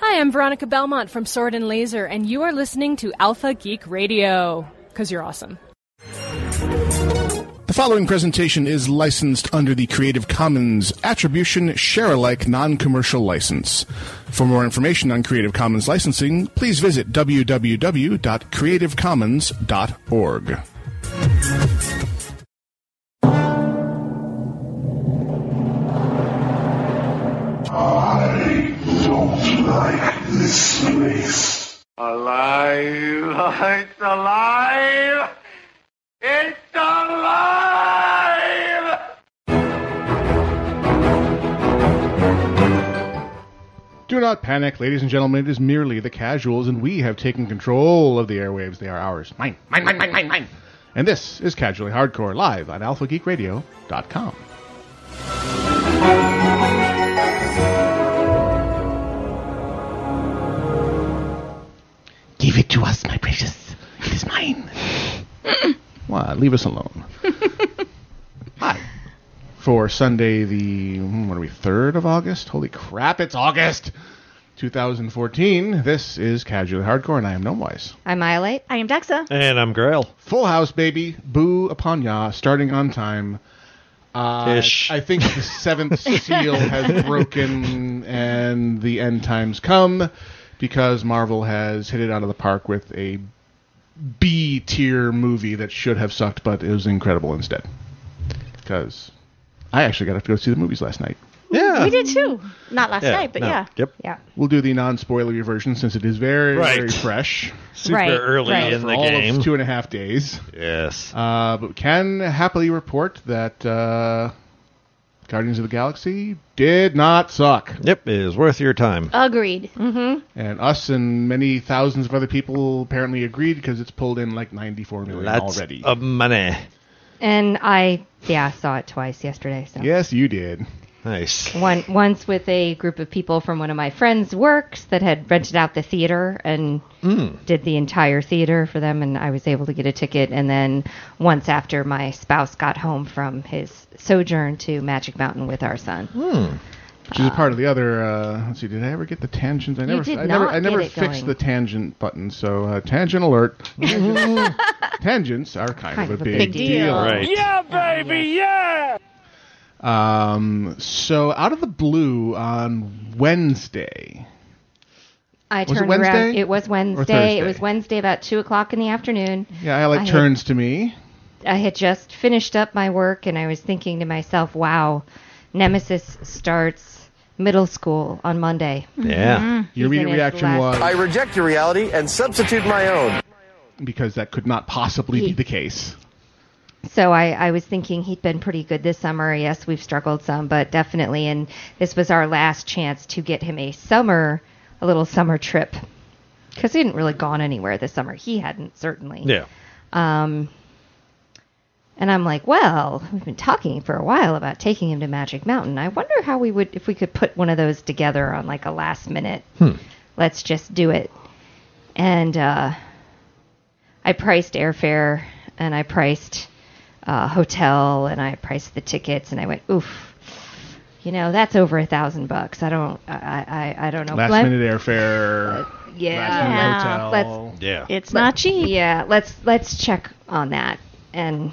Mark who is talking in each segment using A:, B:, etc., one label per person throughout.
A: Hi, I'm Veronica Belmont from Sword and Laser, and you are listening to Alpha Geek Radio because you're awesome.
B: The following presentation is licensed under the Creative Commons Attribution Share Alike Non Commercial License. For more information on Creative Commons licensing, please visit www.creativecommons.org.
C: I don't like this place. Alive! It's alive! It's alive!
B: Do not panic, ladies and gentlemen. It is merely the casuals, and we have taken control of the airwaves. They are ours. Mine, mine, mine, mine, mine, mine. And this is Casually Hardcore live on alphageekradio.com. Give it to us, my precious. It is mine. Why? Leave us alone. Hi. For Sunday, the hmm, what are we? Third of August. Holy crap! It's August, 2014. This is Casually Hardcore, and I am Gnomewise.
D: I'm Iolate.
E: I am Dexa.
F: And I'm Grail.
B: Full House, baby. Boo upon ya. Starting on time. Uh,
F: Ish.
B: I think the seventh seal has broken and the end times come because Marvel has hit it out of the park with a B tier movie that should have sucked, but it was incredible instead. Because I actually got to go see the movies last night.
F: Yeah.
E: We did too. Not last
F: Yeah,
E: night, but
F: no,
E: yeah.
F: Yep.
D: Yeah.
B: We'll do the non spoilery version since it is very, very
F: Right.
B: fresh.
F: Super
E: Right,
F: early
E: right.
F: in
B: for
F: the
B: all
F: game.
B: of two and a half days.
F: yes.
B: Uh, but we can happily report that uh, Guardians of the Galaxy did not suck.
F: yep. It is worth your time.
E: Agreed.
B: And us and many thousands of other people apparently agreed because it's pulled in like 94 million
F: Lots
B: already.
F: of money.
D: And I, yeah, saw it twice yesterday. So
B: yes, you did.
F: Nice.
D: one once with a group of people from one of my friends' works that had rented out the theater and
B: Hmm.
D: did the entire theater for them, and I was able to get a ticket. And then once after my spouse got home from his sojourn to Magic Mountain with our son.
B: Hmm. Which is a part of the other. Uh, let's see, did I ever get the tangents? I never,
D: did
B: I never,
D: not
B: I never
D: get it
B: fixed
D: going.
B: the tangent button. So uh, tangent alert. Tangents are kind, of, a big,
D: deal.
B: deal.
F: Right.
C: Yeah, baby, yeah!
B: Um, so out of the blue on Wednesday,
D: I
B: Was it
D: turned around.
B: Wednesday?
D: It was
B: Or
D: Wednesday. It
B: Thursday?
D: was Wednesday about two o'clock in the afternoon.
E: Mm-hmm.
B: yeah, I like
D: I had-
B: turns to me.
D: I had just finished up my work and I was thinking to myself, wow, Nemesis starts middle school on Monday.
F: Yeah.
E: Mm-hmm.
B: Your
D: He's in
B: immediate
D: his
B: reaction was
D: last-
G: I reject your reality and substitute my own.
B: because that could not possibly be the case.
D: So I, I was thinking he'd been pretty good this summer. Yes, we've struggled some, but definitely. And this was our last chance to get him a summer, a little summer trip. Because he hadn't really gone anywhere this summer. He hadn't, certainly.
F: Yeah.
D: Um, and I'm like, well, we've been talking for a while about taking him to Magic Mountain. I wonder how we would, if we could put one of those together on like a last minute,
B: Hmm.
D: let's just do it. And uh, I priced airfare and I priced uh, hotel and I priced the tickets and I went, oof, you know, that's over a thousand bucks. I don't, I, I, I don't know.
B: Last
D: Let-
B: minute airfare.
D: yeah.
B: Last minute hotel.
E: Yeah.
D: Let's-
F: Yeah.
E: It's not cheap.
D: yeah let's let's check on that and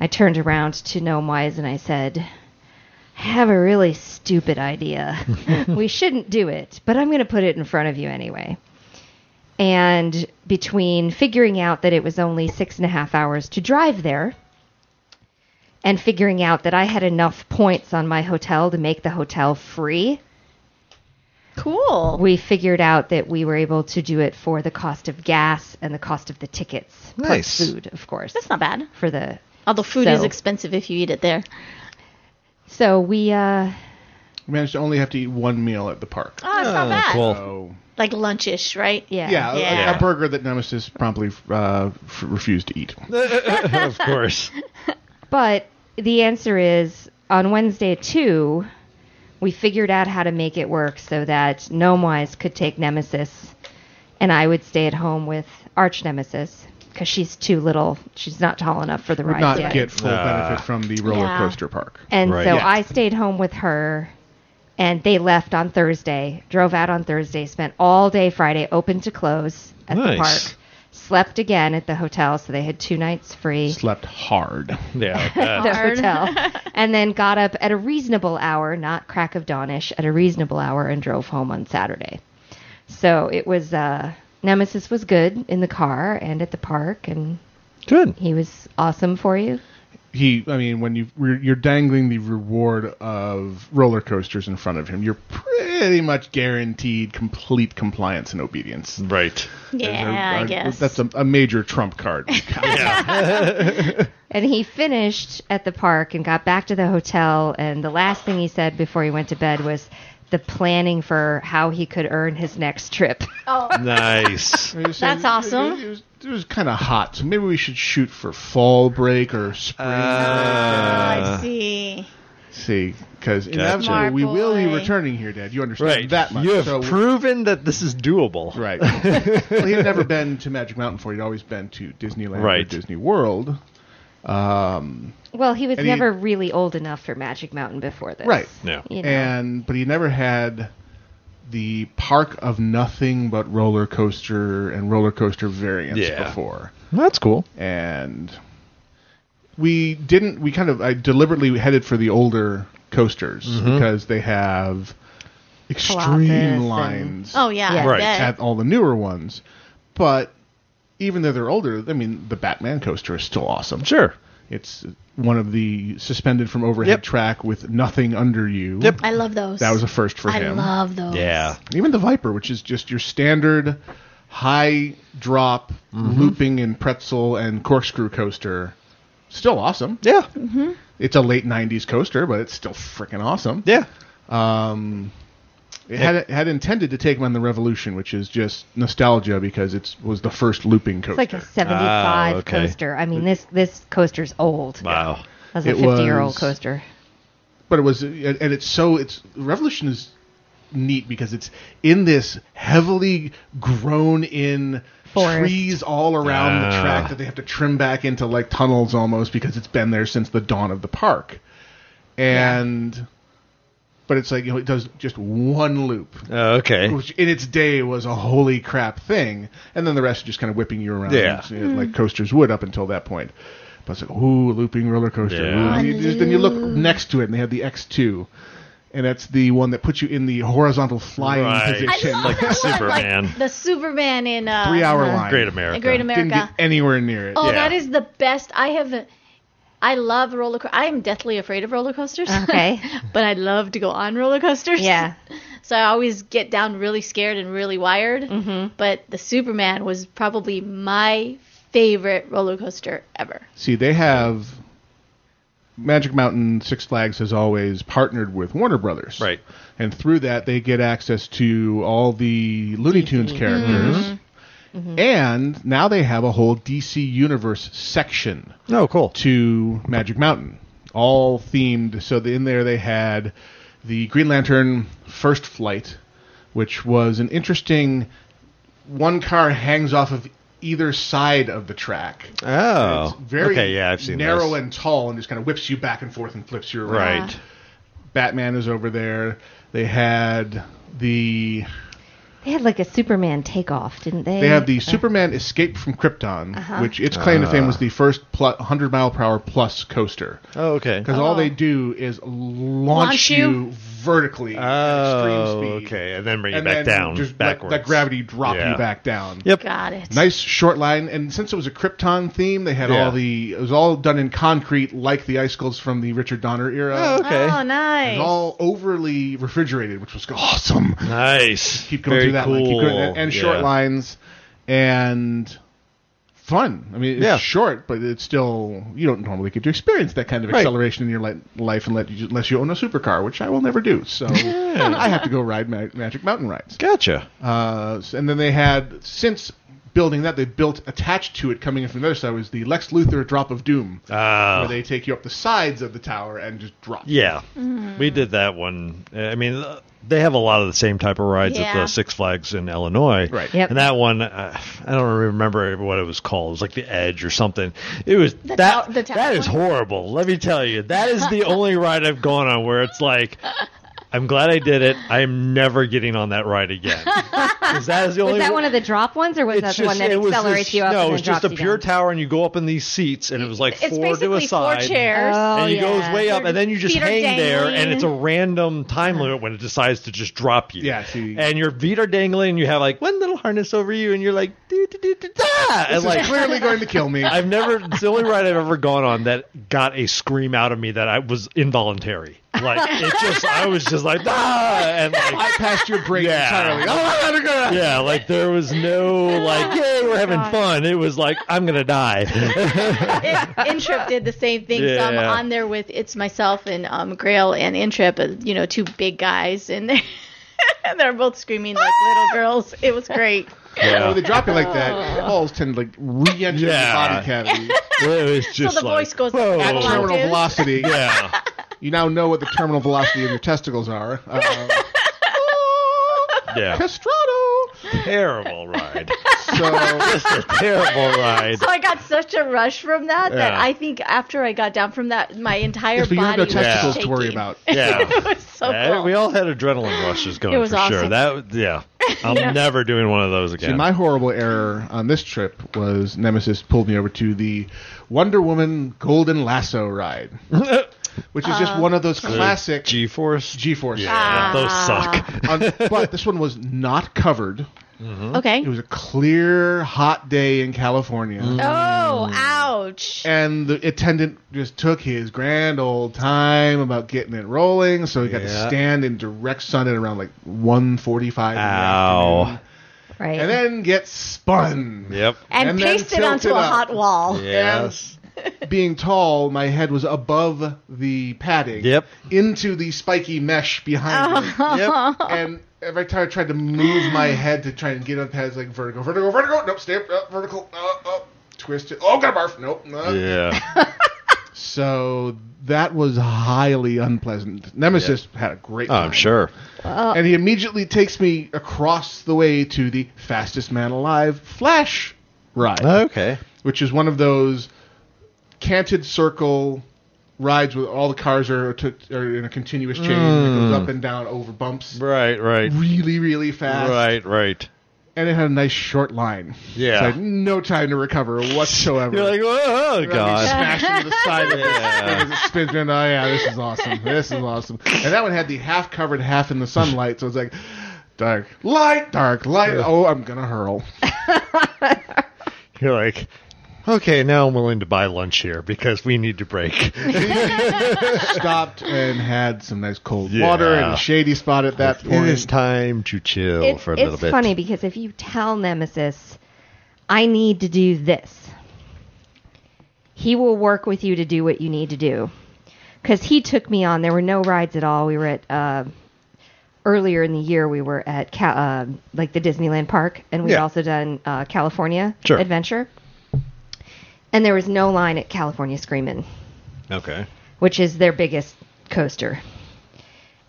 D: i turned around to gnome wise and i said i have a really stupid idea we shouldn't do it but i'm going to put it in front of you anyway and between figuring out that it was only six and a half hours to drive there and figuring out that i had enough points on my hotel to make the hotel free
E: Cool.
D: we figured out that we were able to do it for the cost of gas and the cost of the tickets. plus
F: Nice.
D: food, of course.
E: That's not bad.
D: for the
E: Although food is
D: So-
E: expensive if you eat it there.
D: so we uh
B: We managed to only have to eat one meal at the park.
E: Oh, it's not bad.
F: cool.
B: So
E: Like lunchish, right?
D: Oh. yeah
B: yeah, a-
E: Yeah.
B: A, burger that Nemesis promptly uh, f- refused to eat.
F: of course.
D: But the answer is on Wednesday at 2, we figured out how to make it work so that Gnomewise could take Nemesis and I would stay at home with Arch Nemesis because she's too little. She's not tall enough for the ride
B: Not
D: yet.
B: get full benefit from the roller
E: Yeah.
B: coaster park.
D: And
F: Right.
D: so
F: Yeah.
D: I stayed home with her And they left on Thursday, drove out on Thursday, spent all day Friday open to close at the
F: Nice.
D: park, slept again at the hotel, so they had two nights free
B: Slept hard.
F: Yeah. uh,
D: the hotel, and then got up at a reasonable hour, not crack of dawnish, at a reasonable hour, and drove home on Saturday. So it was uh, Nemesis was good in the car and at the park, and
F: good.
D: he was awesome for you.
B: He, I mean, when you re- you're dangling the reward of roller coasters in front of him, you're pretty much guaranteed complete compliance and obedience.
F: Right.
E: Yeah,
B: I
E: I guess.
B: That's a, a major trump card.
F: Yeah.
D: And he finished at the park and got back to the hotel. And the last thing he said before he went to bed was the planning for how he could earn his next trip.
F: nice.
B: He was saying-
E: That's awesome.
B: It, it was, it was kind of hot, so maybe we should shoot for fall break or spring.
E: Ah,
F: Uh,
E: I see.
B: break. See, because
E: Smart
B: we will be
E: boy.
B: returning here, Dad. You understand
F: Right.
B: that much.
F: You have
B: so-
F: proven that this is doable.
B: Right. well, he had never been to Magic Mountain before. He'd always been to Disneyland or
F: Right.
B: Disney World. Um,
D: well, he was
B: And he-
D: never really old enough for Magic Mountain before this.
B: Right.
F: Yeah.
D: You know.
B: and but he never had the park of nothing but roller coaster and roller coaster variants
F: Yeah.
B: before.
F: That's cool.
B: and we didn't we kind of I deliberately headed for the older coasters
F: Mm-hmm.
B: because they have
D: Colossus
B: extreme
D: and-
B: lines
E: Oh yeah,
D: Yeah.
E: I
F: Right.
E: bet.
B: at all the newer ones but even though they're older I mean the Batman coaster is still awesome
F: Sure.
B: it's one of the suspended from overhead
F: Yep.
B: track with nothing under you
F: Yep.
E: I love those.
B: that was a first for
E: I
B: him
E: love those.
F: Yeah.
B: even the Viper, which is just your standard high drop
F: Mm-hmm.
B: looping and pretzel and corkscrew coaster, still awesome.
F: Yeah.
B: It's a late '90s coaster, but it's still freaking awesome.
F: Yeah.
B: It had it had intended to take him on the Revolution, which is just nostalgia because it was the first looping coaster.
D: It's like a 75
F: Ah, okay.
D: coaster. I mean, this this coaster's old.
F: Wow.
D: That's a
B: It
D: 50 year old
B: was-
D: coaster.
B: but it was and and it's so it's revolution is neat because it's in this heavily grown in
D: Forest.
B: trees all around the
F: Ah.
B: track that they have to trim back into like tunnels almost because it's been there since the dawn of the park and but it's like you know it does just one loop
F: Uh, okay.
B: which in its day was a holy crap thing, and then the rest is just kind of whipping you around,
F: Yeah.
B: you know, like coasters would up until that point. But it's like, ooh, looping roller coaster.
F: Yeah.
B: ooh, and you just- then you look next to it, and they have the X two, and that's the one that puts you in the horizontal flying
F: Right. I
E: I
B: position.
E: love
F: Like
E: that
F: Superman.
E: one. Like the Superman in uh,
B: Three hour
D: Uh-huh.
B: line.
F: Great America.
E: in Great
B: Didn't
E: America.
B: get anywhere near it.
E: Oh,
F: Yeah.
E: that is the best. I have. I love roller. Co- I am deathly afraid of roller coasters.
D: Okay.
E: but I love to go on roller coasters.
D: Yeah.
E: So I always get down really scared and really wired. Mm-hmm. But the Superman was probably my favorite roller coaster ever.
B: See, they have Magic Mountain Six Flags has always partnered with Warner Brothers.
F: Right.
B: And through that they get access to all the Looney Tunes characters. And now they have a whole DC Universe section
F: No, cool.
B: to Magic Mountain, all themed. So the, in there they had the Green Lantern First Flight, which was an interesting one car hangs off of either side of the track
F: Oh.
B: very
F: okay, yeah, I've seen
B: narrow
F: this.
B: and tall and just kind of whips you back and forth and flips you around.
F: Right.
B: Batman is over there. They had the
D: They had like a Superman takeoff, didn't they? Uh,
B: they had the Superman Escape from Krypton,
F: Uh-huh.
B: which its claim to fame
F: Uh.
B: was the first pl- 100 mile per hour plus coaster.
F: Oh, okay.
B: Because all they do is launch,
E: Launch
B: you,
E: you?
B: vertically at
F: Oh,
B: extreme speed.
F: okay. And then bring you
B: And then
F: back down,
B: just let
F: backwards.
B: That gravity drop
F: Yeah.
B: you back down.
F: Yep.
E: Got it.
B: Nice short line, and since it was a Krypton theme, they had
F: Yeah.
B: all the it was all done in concrete, like the icicles from the Richard Donner era.
F: Oh, okay.
E: Oh, nice.
B: It was all overly refrigerated, which was awesome.
F: Nice.
B: Keep going
F: Very
B: through that
F: cool.
B: line, keep going, and, and short
F: Yeah.
B: lines, and fun. I mean, it's
F: Yeah.
B: short, but it's still you don't normally get to experience that kind of
F: Right.
B: acceleration in your li- life unless you, unless you own a supercar, which I will never do. So I have to go ride ma- Magic Mountain rides.
F: Gotcha.
B: Uh, s- and then they had since building that they built attached to it coming in from the other side was the Lex Luthor Drop of Doom.
F: Ah.
B: where they take you up the sides of the tower and just drop. you.
F: Yeah,
D: Mm-hmm.
F: we did that one. Uh, I mean, uh, they have a lot of the same type of rides at
E: Yeah.
F: the Six Flags in Illinois.
B: Right.
D: Yep.
F: And that one, uh, I don't remember what it was called. It was like the Edge or something. It was that.
E: tow- the tower
F: that is
E: one?
F: horrible. Let me tell you, that is the only ride I've gone on where it's like. I'm glad I did it. I am never getting on that ride again. 'Cause that is the
D: Was
F: only
D: that one of the drop ones, or was that
F: it's
D: the one that
F: it was
D: accelerates
F: this-
D: you up?
F: No,
D: and
F: it
D: then
F: was just a
D: drops you
F: pure
D: down?
F: tower, and you go up in these seats, and it was like
E: It's
F: four to a
E: basically four
F: side.
E: chairs.
D: Oh,
F: and it
D: yeah.
F: goes way up,
E: They're-
F: and then you just
E: feet are
F: hang there, and
E: dangling.
F: it's a random time limit when it decides to just drop you.
B: Yeah, see.
F: And your feet are dangling, and you have like one little harness over you, and you're like, doo, doo, doo, doo, da, and
B: This
F: like.
B: is clearly going to kill me.
F: I've never. It's the only ride I've ever gone on that got a scream out of me that I was involuntary. Like it just, I was just like, ah, and
B: I
F: like,
B: passed your break
F: Yeah.
B: entirely. Oh, I gotta go.
F: yeah, like there was no
E: Oh
F: like, yay, we're having fun. It was like, I'm gonna die.
E: it, Intrip did the same thing. So I'm
F: Yeah.
E: on there with it's myself and um, Grail and Intrip, uh, you know, two big guys, and they're, and they're both screaming like little girls. It was great.
B: When they drop it like that, the balls tend to like re-enter
F: Yeah.
B: the body cavity.
F: It was just
E: the
F: like,
E: voice goes up
F: whoa.
E: and
B: At
E: down a lot.
B: terminal
E: dude.
B: velocity.
F: Yeah.
B: You now know what the terminal velocity of your testicles are. Uh,
F: Yeah.
B: Castrato.
F: terrible ride.
B: So
F: Just a terrible ride.
E: So I got such a rush from that that
F: Yeah.
E: I think after I got down from that, my entire
B: yes, but you have
E: body
B: no
E: was
B: testicles to worry
E: shaking.
B: about.
E: it
F: Yeah.
E: was so
F: Yeah,
E: cool.
F: We all had adrenaline rushes going
E: It was
F: for sure.
E: awesome.
F: That yeah. I'm never doing one of those
B: See,
F: again.
B: my horrible error on this trip was Nemesis pulled me over to the Wonder Woman Golden Lasso ride, which is just one of those classic G-
F: G-force.
B: force
F: yeah, those suck.
B: but this one was not covered.
E: okay.
B: It was a clear, hot day in California.
F: Mm.
E: Oh, ouch.
B: And the attendant just took his grand old time about getting it rolling, so he got to
F: Yeah.
B: stand in direct sun at around like 145 in the
F: Ow.
B: afternoon,
D: Right.
B: and then get spun.
F: Yep.
E: And,
B: and then
E: paste it onto
B: tilt
E: a
B: it up.
E: hot wall.
F: Yes.
B: being tall, my head was above the padding.
F: Yep.
B: Into the spiky mesh behind me.
F: Yep.
B: And every time I tried to move my head to try and get up, it's like vertigo, vertigo, vertigo. Nope, stay up, up vertical, up, up, twist it. Oh, got a barf. Nope. no.
F: Yeah.
B: So that was highly unpleasant. Nemesis had a great
F: Oh,
B: time.
F: I'm sure.
B: And he immediately takes me across the way to the fastest man alive flash ride
F: Okay.
B: which is one of those canted circle rides where all the cars are, to, are in a continuous chain that goes up and down over bumps
F: Mm. Right, right.
B: really, really fast.
F: Right, right.
B: And it had a nice short line.
F: Yeah.
B: So I had no time to recover whatsoever.
F: You're like, oh,
B: And I'd be
F: God.
B: Smashed into the side of this
F: Yeah.
B: thing as it spins around. Oh, yeah, this is awesome. This is awesome. And that one had the half covered, half in the sunlight. So it's like, dark, light, dark, light. Oh, I'm going to hurl.
F: You're like, okay, now I'm willing to buy lunch here because we need to break.
B: Stopped and had some nice cold
F: Yeah.
B: water in a shady spot at that point.
F: it is time to chill
D: It-
F: for a little
D: it's
F: bit.
D: funny because if you tell Nemesis, I need to do this, he will work with you to do what you need to do. Because he took me on. There were no rides at all. We were at uh, earlier in the year. We were at Ca- uh, like the Disneyland park, and we'd
F: Yeah.
D: also done uh, California
F: Sure.
D: Adventure. And there was no line at California Screamin',
F: Okay.
D: which is their biggest coaster.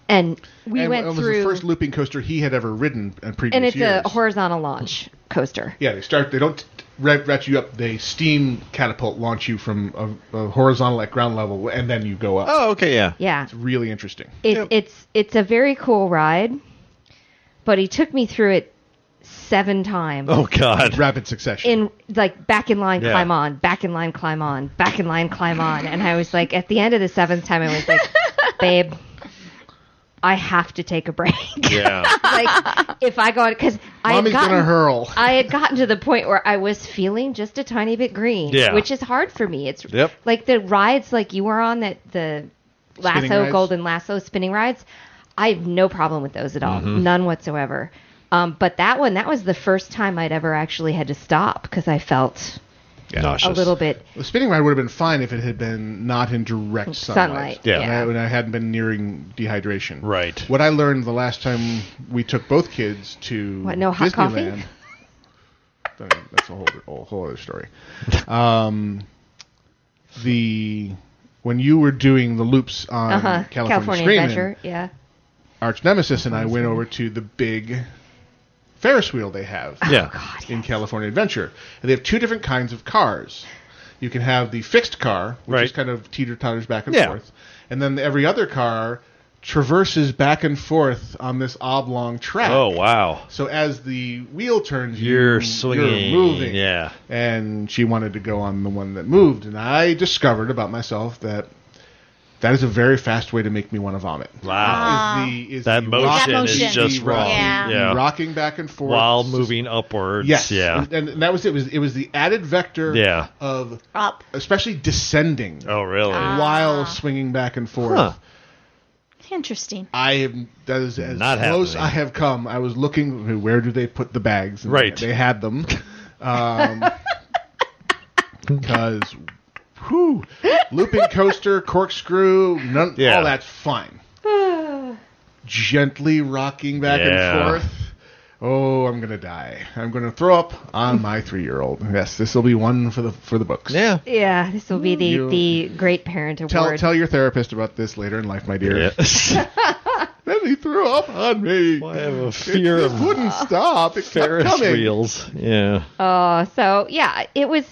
D: And we
B: and
D: went
B: it was
D: through.
B: the first looping coaster he had ever ridden in previous
D: and it's
B: years.
D: a horizontal launch coaster.
B: yeah, they start. They don't rat, rat you up. They steam catapult launch you from a, a horizontal at ground level, and then you go up.
F: Oh, okay, yeah.
D: Yeah,
B: It's really interesting.
D: it, it's it's a very cool ride, but he took me through it seven times
F: Oh, God.
B: Rapid succession.
D: in like back in line
F: Yeah.
D: climb on, back in line climb on, back in line climb on, and I was like, at the end of the seventh time, I was like, babe. I have to take a break.
F: Yeah.
D: like if I go because I had
B: Mommy's
D: gotten,
B: gonna hurl.
D: I had gotten to the point where I was feeling just a tiny bit green,
F: Yeah.
D: which is hard for me. It's
F: Yep.
D: like the rides like you were on that the lasso
B: rides?
D: golden lasso spinning rides. I have no problem with those at all,
F: Mm-hmm.
D: none whatsoever. Um, but that one, that was the first time I'd ever actually had to stop because I felt
F: Nauseous.
D: a little bit
B: the spinning ride would have been fine if it had been not in direct sunlight.
D: sunlight.
F: Yeah.
B: When I- When I hadn't been nearing dehydration.
F: Right.
B: What I learned the last time we took both kids to
D: What, no hot coffee?
B: Disneyland. Don't know, That's a whole, a whole other story. Um, the when you were doing the loops on
D: uh-huh.
B: California,
D: California
B: Screamin',
D: Adventure. Yeah,
B: Arch Nemesis and I went over to the big Ferris wheel they have
F: Yeah.
B: in California Adventure. And they have two different kinds of cars. You can have the fixed car, which
F: Right.
B: is kind of teeter totters back and
F: Yeah.
B: forth, and then every other car traverses back and forth on this oblong track.
F: Oh wow.
B: So as the wheel turns, you-
F: You're swinging.
B: you're moving.
F: Yeah.
B: And she wanted to go on the one that moved, and I discovered about myself that that is a very fast way to make me want to vomit. Is
F: Wow.
B: the- is
F: That
B: the
F: motion
B: rocking-
E: is
B: the
E: just
B: rocking-
E: wrong. Yeah.
F: Yeah.
B: Rocking back and forth
F: While moving upwards.
B: Yes.
F: Yeah.
B: And, and that was it. it. Was it was the added vector
F: Yeah.
B: of
E: Up.
B: especially descending
F: Oh really?
B: while swinging back and forth.
F: Huh.
E: Interesting.
B: I am that is as
F: Not
B: close
F: happening.
B: I have come. I was looking where do they put the bags? And
F: Right.
B: they had them. Um, because whew, looping coaster, corkscrew, none,
F: Yeah.
B: all that's fine. Gently rocking back
F: Yeah.
B: and forth. Oh, I'm gonna die. I'm gonna throw up on my three year old. Yes, this will be one for the for the books.
F: Yeah.
D: Yeah, this will be the,
B: Mm. You-
D: the great parent award.
B: Tell tell your therapist about this later in life, my dear.
F: Yeah.
B: Then he threw up on me.
F: I have a
B: It
F: fear
B: just
F: of
B: wouldn't stop. It kept
F: Ferris
B: coming.
F: wheels. Yeah.
D: Oh, so yeah, it was.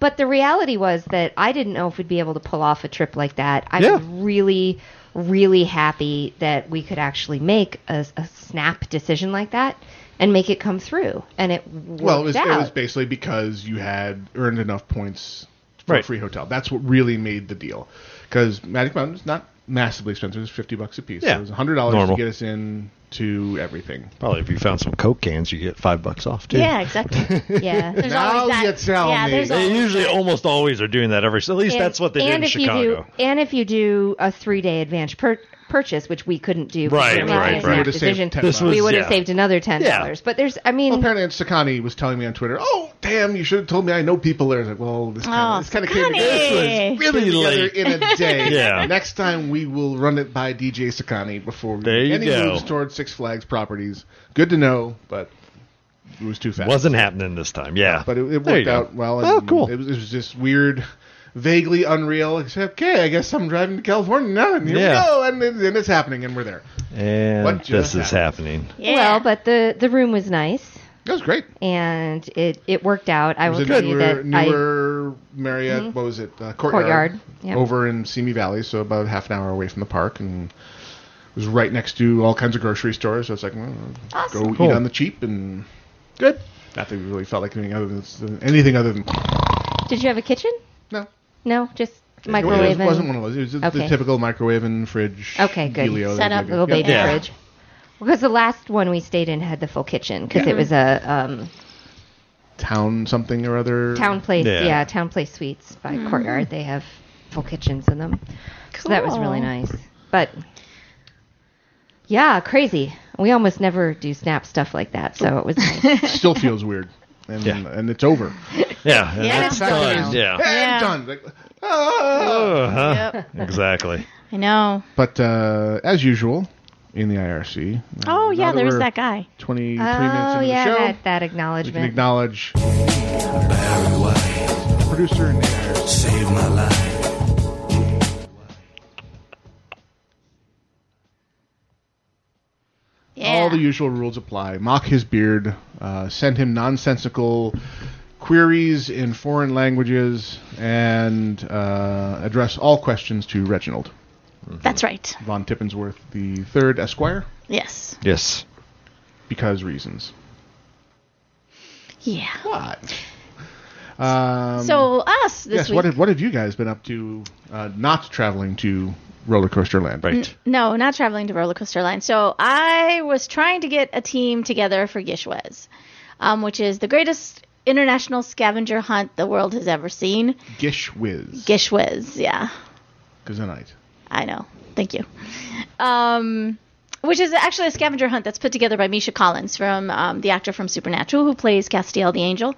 D: But the reality was that I didn't know if we'd be able to pull off a trip like that. I
F: Yeah.
D: was really, really happy that we could actually make a, a snap decision like that and make it come through. And it worked
B: Well, it was, it
D: out.
B: was basically because you had earned enough points for a
F: Right.
B: free hotel. That's what really made the deal. Because Magic Mountain is not massively expensive. It's fifty bucks a piece. So
F: Yeah.
B: it was hundred dollars to
F: Normal.
B: get us in to everything.
F: Probably if you found some Coke cans, you get five bucks off too.
E: Yeah, exactly.
D: yeah.
E: There's
B: Now
E: always that.
B: you tell
E: yeah,
B: me.
E: there's
F: They
E: always
F: usually almost always are doing that every. At least that's what they did in
D: if
F: Chicago.
D: You do, and if you do a three-day advance pur- purchase, which we couldn't do, because
F: Right,
D: we were
E: right,
D: making a
E: right.
D: snap
B: We would've saved
D: decision,
B: 10 This
F: was-
D: we would have
F: yeah.
D: saved another ten dollars. But there's, I mean,
B: Apparently, Sakani was telling me on Twitter, "Oh, damn! You should have told me. I know people there." I was like, "Well, this kind
E: Oh,
B: of this kind of came
E: Sakani!
B: together,
E: This
F: was really
B: came together
F: late.
B: in a day.
F: Yeah.
B: Next time we will run it by DJ Sakani before we
F: There
B: make
F: you
B: any
F: go.
B: moves towards Six Flags properties. Good to know, but it was too fast.
F: Wasn't happening this time. Yeah.
B: but it, it
F: There
B: worked
F: you go.
B: out well.
F: Oh,
B: and
F: cool.
B: It was, it was just weird, vaguely unreal. Except, okay, I guess I'm driving to California now, and here
F: Yeah.
B: we go, and, it- and it's happening, and we're there.
F: and
B: What just
F: this is happening.
E: yeah.
D: well, but the the room was nice.
B: That was great.
D: and it, it worked out. I
B: It
D: will
B: was
D: tell
B: a
D: you
B: newer,
D: that I Mm-hmm.
B: newer Marriott. What was it? Uh, courtyard.
D: Courtyard, yep.
B: Over in Simi Valley, so about half an hour away from the park, and it was right next to all kinds of grocery stores. So it's like, well, go
F: Cool.
B: eat on the cheap and good. Not that we really felt like doing other than anything other than
D: did. You have a kitchen?
B: no.
D: No, just
B: It
D: microwave. and-
B: wasn't one of those. It was just
D: Okay.
B: the typical microwave and fridge.
D: Okay, good.
B: dealio
E: Set
B: that
E: up
B: they do.
D: little baby
F: Yeah.
D: fridge. Because the last one we stayed in had the full kitchen because it was a um,
B: Town something or other.
D: town place. Yeah.
F: Yeah.
D: town place suites by
E: Mm-hmm.
D: courtyard. They have full kitchens in them, so that was really
E: Cool.
D: nice. But yeah, crazy. We almost never do snap stuff like that, so it was nice.
B: Still feels weird. And,
F: Yeah.
B: and it's over.
F: Yeah. and
E: Yeah.
F: it's
E: Back
F: done.
B: down.
F: Yeah.
E: Yeah.
B: And done. Like, ah.
F: Uh-huh.
E: Yep.
F: Exactly.
E: I know.
B: But uh, as usual, in the IRC. uh,
E: Oh
B: now
E: yeah,
B: that
E: there was
B: we're
E: that guy.
B: 20, 20 minutes
D: oh
B: into the
D: yeah,
B: show,
D: that, that
B: we can
D: acknowledgement.
B: acknowledge the producer and the IRC.
H: Save my life.
E: Yeah.
B: All the usual rules apply. Mock his beard. Uh, send him nonsensical queries in foreign languages, and uh, address all questions to Reginald
E: That's right.
B: von Tippensworth the Third Esquire,
E: Yes.
F: Yes.
B: because reasons.
E: Yeah.
B: What? Um,
E: so us this
B: yes,
E: week.
B: what have, what have you guys been up to? Uh, not traveling to roller coaster land,
F: Right.
E: No, not traveling to roller coaster line. So I was trying to get a team together for Gishwez, um, which is the greatest international scavenger hunt the world has ever seen.
B: Gish whiz.
E: Gishwez, yeah,
B: Because night.
E: I know. Thank you. Um, which is actually a scavenger hunt that's put together by Misha Collins from um, the actor from Supernatural who plays Castiel the Angel,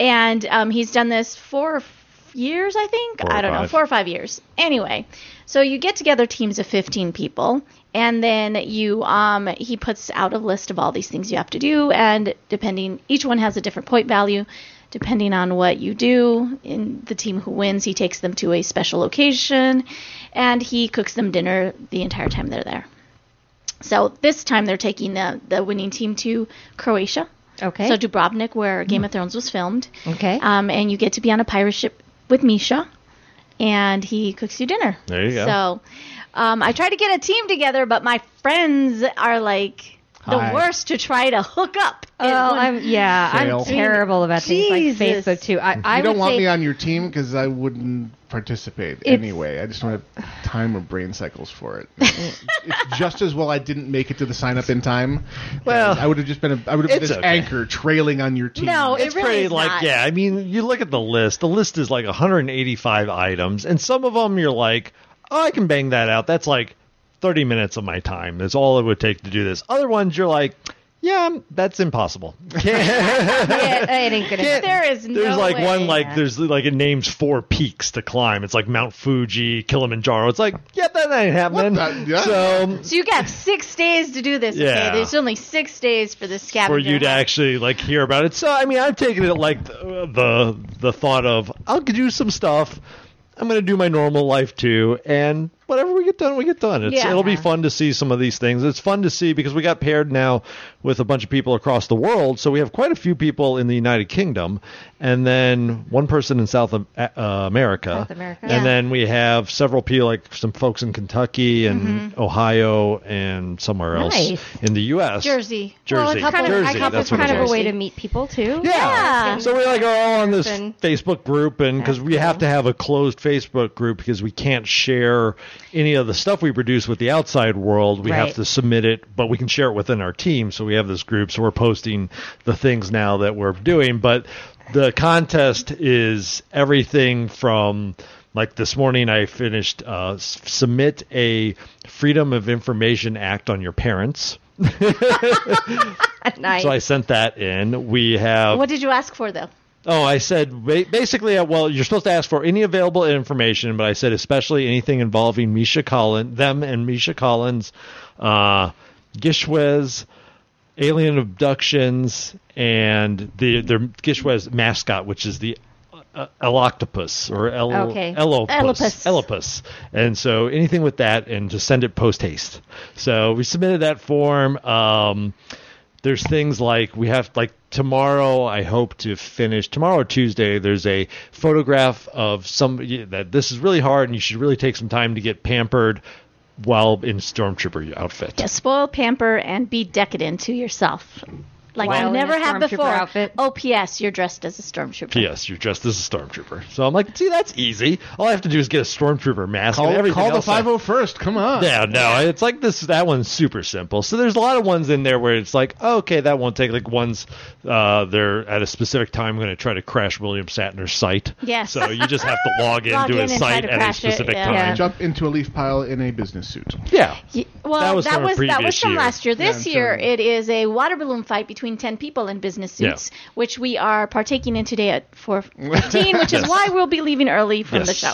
E: and um, he's done this for f- years, I think.
F: Four or
E: I don't know,
F: five.
E: four or five years. Anyway, so you get together teams of fifteen people, and then you um, he puts out a list of all these things you have to do, and depending, each one has a different point value. Depending on what you do, in the team who wins, he takes them to a special location, and he cooks them dinner the entire time they're there. So this time they're taking the, the winning team to Croatia.
D: Okay.
E: So Dubrovnik, where Game
F: Mm-hmm.
E: of Thrones was filmed.
D: okay.
E: Um, and you get to be on a pirate ship with Misha, and he cooks you dinner.
F: There you go.
E: So Um, I try to get a team together, but my friends are like the
B: Hi.
E: worst to try to hook up.
D: Oh, I'm yeah,
B: Fail.
D: I'm terrible about things
E: Jesus.
D: like Facebook too. I, I
B: you don't
D: would
B: want
D: say
B: me on your team because I wouldn't participate anyway. I just don't have time or brain cycles for it. it's just as well I didn't make it to the sign up in time.
F: Well,
B: I would have just been a, I would have been
F: it's
B: this
F: okay.
B: anchor trailing on your team.
E: No, it
F: it's
E: really
F: pretty
E: is
F: like
E: not.
F: yeah. I mean, you look at the list. The list is like 185 items, and some of them you're like, oh, I can bang that out. That's like 30 minutes of my time. That's all it would take to do this. Other ones you're like, yeah, um, that's impossible.
D: yeah, it ain't gonna. happen.
E: There is no
F: There's like
E: way.
F: one like there's like it names four peaks to climb. It's like Mount Fuji, Kilimanjaro. It's like yeah, that ain't happening.
B: the- yeah.
F: So um,
E: So you got six days to do this.
F: Yeah.
E: Okay, there's only six days for this
F: for
E: scavenger.
F: you to
E: hunt.
F: actually like hear about it. So I mean, I've taken it like the the, the thought of I'll do some stuff. I'm going to do my normal life too, and whatever we get done, we get done. It's,
E: Yeah.
F: It'll be fun to see some of these things. It's fun to see because we got paired now with a bunch of people across the world, so we have quite a few people in the United Kingdom, and then one person in South Am- uh, America,
D: South America.
F: and then we have several people like some folks in Kentucky and Ohio and somewhere
D: Mm-hmm.
F: else
D: Nice.
F: in the U.S.
E: Jersey.
F: Jersey.
D: Well, it's kind of, I
F: Jersey.
D: guess
F: That's
D: it's
F: what
D: kind
F: it
D: of
F: was.
D: a way to meet people too.
F: Yeah.
E: Yeah.
F: So we like are all on this
D: Person.
F: Facebook group, and because we have to have a closed Facebook group because we can't share any of the stuff we produce with the outside world. We have
D: Right.
F: to submit it, but we can share it within our team. So we have this group. So we're posting the things now that we're doing, but the contest is everything from. Like this morning, I finished uh, s- submit a Freedom of Information Act on your parents.
D: Nice.
F: So I sent that in. We have
E: What did you ask for though?
F: Oh, I said ba- basically, uh, well, you're supposed to ask for any available information, but I said especially anything involving Misha Collins, them and Misha Collins, uh, Gishwez, alien abductions, and the their Gishwez mascot, which is the uh, eloctopus or el-
D: Okay.
F: elopus,
E: Elopus.
F: Elopus. and so anything with that, and to send it post haste. So we submitted that form. Um, there's things like we have like tomorrow i hope to finish tomorrow or tuesday there's a photograph of somebody that this is really hard and you should really take some time to get pampered while in stormtrooper outfit
E: Yeah, spoil, pamper, and be decadent to yourself. Like
D: While
E: you
D: in
E: never
D: a
E: have
D: stormtrooper
E: before.
D: outfit.
E: Oh, P.S. You're dressed as a stormtrooper.
F: P.S. You're dressed as a stormtrooper. So I'm like, see, that's easy. All I have to do is get a stormtrooper mask. and
B: Call,
F: everything
B: Oh, call the
F: else I-
B: 501st. Come on.
F: Yeah, no, it's like this. That one's super simple. So there's a lot of ones in there where it's like, okay, that won't take. Like ones, uh, they're at a specific time going to try to crash William Shatner's site.
E: Yes.
F: So you just have to log into
E: Log in
F: his
E: and try
F: site
E: to
F: at a
E: crash it,
F: specific
E: yeah.
F: time.
B: Jump into a leaf pile in a business suit.
F: Yeah.
E: Y- Well,
F: That
E: that
F: was
E: was
F: from
E: that
F: a
E: was,
F: previous
E: from
F: year.
E: last year. This
B: I'm
E: year,
B: sure.
E: it is a water balloon fight between ten people in business
F: Yeah.
E: suits, which we are partaking in today at four fifteen, which is why we'll be leaving early from the
F: Yes.
E: show.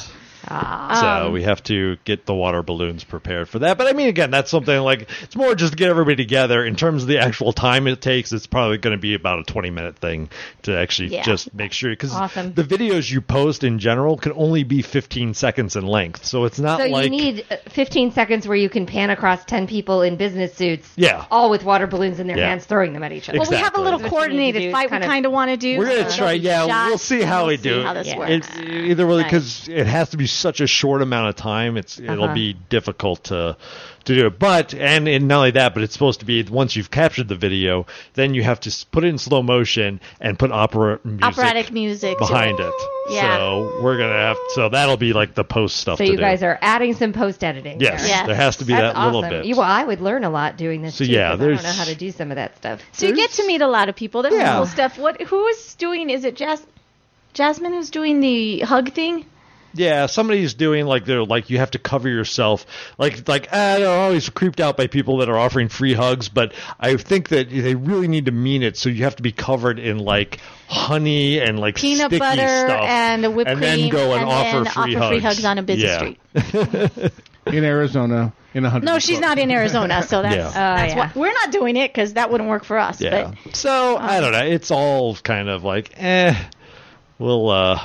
D: Ah.
E: Um,
F: So we have to get the water balloons prepared for that. But I mean, again, that's something like it's more just to get everybody together. In terms of the actual time it takes, it's probably going to be about a 20 minute thing to actually
E: Yeah.
F: just make sure. Because
D: Awesome.
F: the videos you post in general can only be 15 seconds in length. So it's not
D: So
F: like.
D: you need uh, 15 seconds where you can pan across 10 people in business suits,
F: Yeah.
D: all with water balloons in their
F: Yeah.
D: hands, throwing them at each other.
E: Well, we have a
F: Exactly.
E: little
F: That's
D: what you need to
E: coordinated
D: do,
E: fight.
D: kind
E: we
D: of-
E: kind of want to do.
F: We're gonna
E: so
F: try,
E: there'll
F: yeah.
E: be shots,
F: we'll see how
E: we'll
F: we
E: see
F: do.
E: How this
D: Yeah.
E: works.
F: It's either way
E: Right.
F: because it has to be such a short amount of time. It's it'll
D: Uh-huh.
F: be difficult to to do it. But and, and not only that, but it's supposed to be once you've captured the video, then you have to s- put it in slow motion and put opera music
E: Operatic music to
F: behind it.
E: Yeah.
F: So we're gonna have so that'll be like the post stuff.
D: so
F: to
D: you
F: do.
D: guys are adding some post editing.
F: yes,
D: There.
E: Yes.
F: there has to be
D: That's
F: that little
D: awesome.
F: bit.
D: You- well, I would learn a lot doing this.
F: So,
D: too, 'cause
F: yeah,
D: I don't know
F: there's-
D: how to do some of that stuff.
E: So you get to meet a lot of people. There's
F: Yeah.
E: cool stuff. What who is doing? Is it Jas- Jasmine who's doing the hug thing?
F: Yeah, somebody's doing like they're like you have to cover yourself. Like like ah, they're always creeped out by people that are offering free hugs, but I think that they really need to mean it. So you have to be covered in like honey and like
E: Peanut
F: sticky
E: butter
F: stuff,
E: and whipped
F: and
E: cream,
F: then go and,
E: and
F: offer,
E: then
F: free,
E: offer free
F: hugs.
E: hugs on a busy
F: yeah.
E: street.
B: In Arizona, in a 100.
E: No, she's not in Arizona, so that's,
F: Yeah. Oh,
E: that's
D: yeah.
E: why we're not doing it because that wouldn't work for us.
F: Yeah.
E: um,
F: so I don't know. It's all kind of like eh. We'll uh,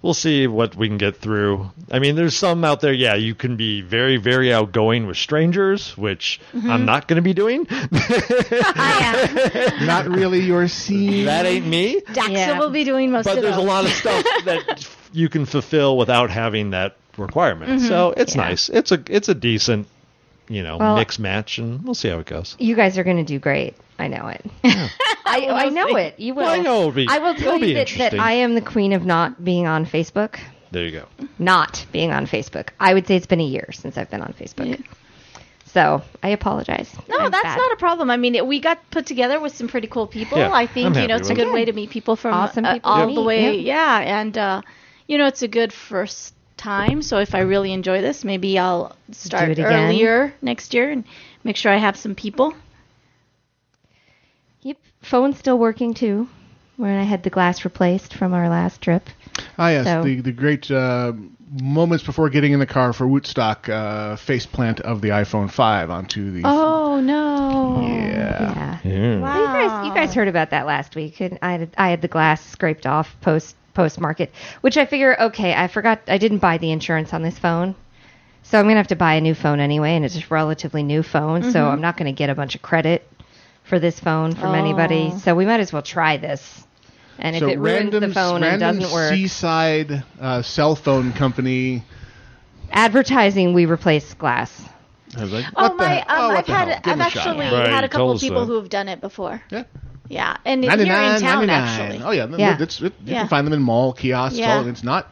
F: we'll see what we can get through. I mean, there's some out there. Yeah, you can be very very outgoing with strangers, which
E: Mm-hmm.
F: I'm not going to be doing.
E: But I am.
B: Not really your scene.
F: that ain't me.
E: Daxa
D: Yeah.
E: will be doing most
F: But
E: of
F: there's a
E: those.
F: lot of stuff that you can fulfill without having that requirement.
E: Mm-hmm.
F: So it's nice. It's a it's a decent, you know,
D: Well-
F: mix match, and we'll see how it goes.
D: You guys are going to do great. I know it. I, I know it. You will.
F: Well, I know it'll be-
D: I will
F: it'll
D: tell
F: be
D: you that, that
F: interesting.
D: I am the queen of not being on Facebook.
F: There you go.
D: Not being on Facebook. I would say it's been a year since I've been on Facebook. So I apologize.
E: No,
D: I'm
E: that's
D: bad.
E: not a problem. I mean, it, we got put together with some pretty cool people.
F: Yeah,
E: I think
F: I'm
E: you know
F: happy
E: it's a
F: with it.
E: good way to meet people from
D: Awesome
E: uh,
D: people
E: all
D: to
E: the
D: meet,
E: way.
D: yeah.
E: Yeah, and uh, you know it's a good first time. So if I really enjoy this, maybe I'll start
D: it again.
E: earlier next year and make sure I have some people.
D: Yep. Phone's still working too. When I had the glass replaced from our last trip.
B: Ah, yes,
D: So-
B: the the great uh, moments before getting in the car for Wootstock uh, face plant of the iPhone 5 onto the.
E: Oh no!
B: Yeah. Hmm.
F: Yeah.
E: Wow.
D: You guys, you guys heard about that last week, and I had, I had the glass scraped off post post market, which I figure, okay, I forgot, I didn't buy the insurance on this phone, so I'm gonna have to buy a new phone anyway, and it's a relatively new phone, so I'm not gonna get a bunch of credit for this phone from anybody, so we might as well try this. And
B: so
D: if it ruins
B: random,
D: the phone and
B: random
D: doesn't work,
B: seaside uh, cell phone company.
D: advertising we replace glass.
B: I was like,
E: Oh
B: what the
E: my!
B: he- oh,
E: Um,
B: what
E: I've
B: the
E: had
B: hell? Give it
E: I've
B: a shot.
E: actually
F: Right,
E: had a couple
F: tell
E: of
F: us
E: people
F: that.
E: who have done it before.
B: Yeah.
E: Yeah, and you're in
B: 99,
E: town
B: 99.
E: actually.
B: Oh yeah, no,
E: Yeah.
B: That's, it, you
E: Yeah.
B: can find them in mall kiosks.
E: Yeah.
B: All, and it's not,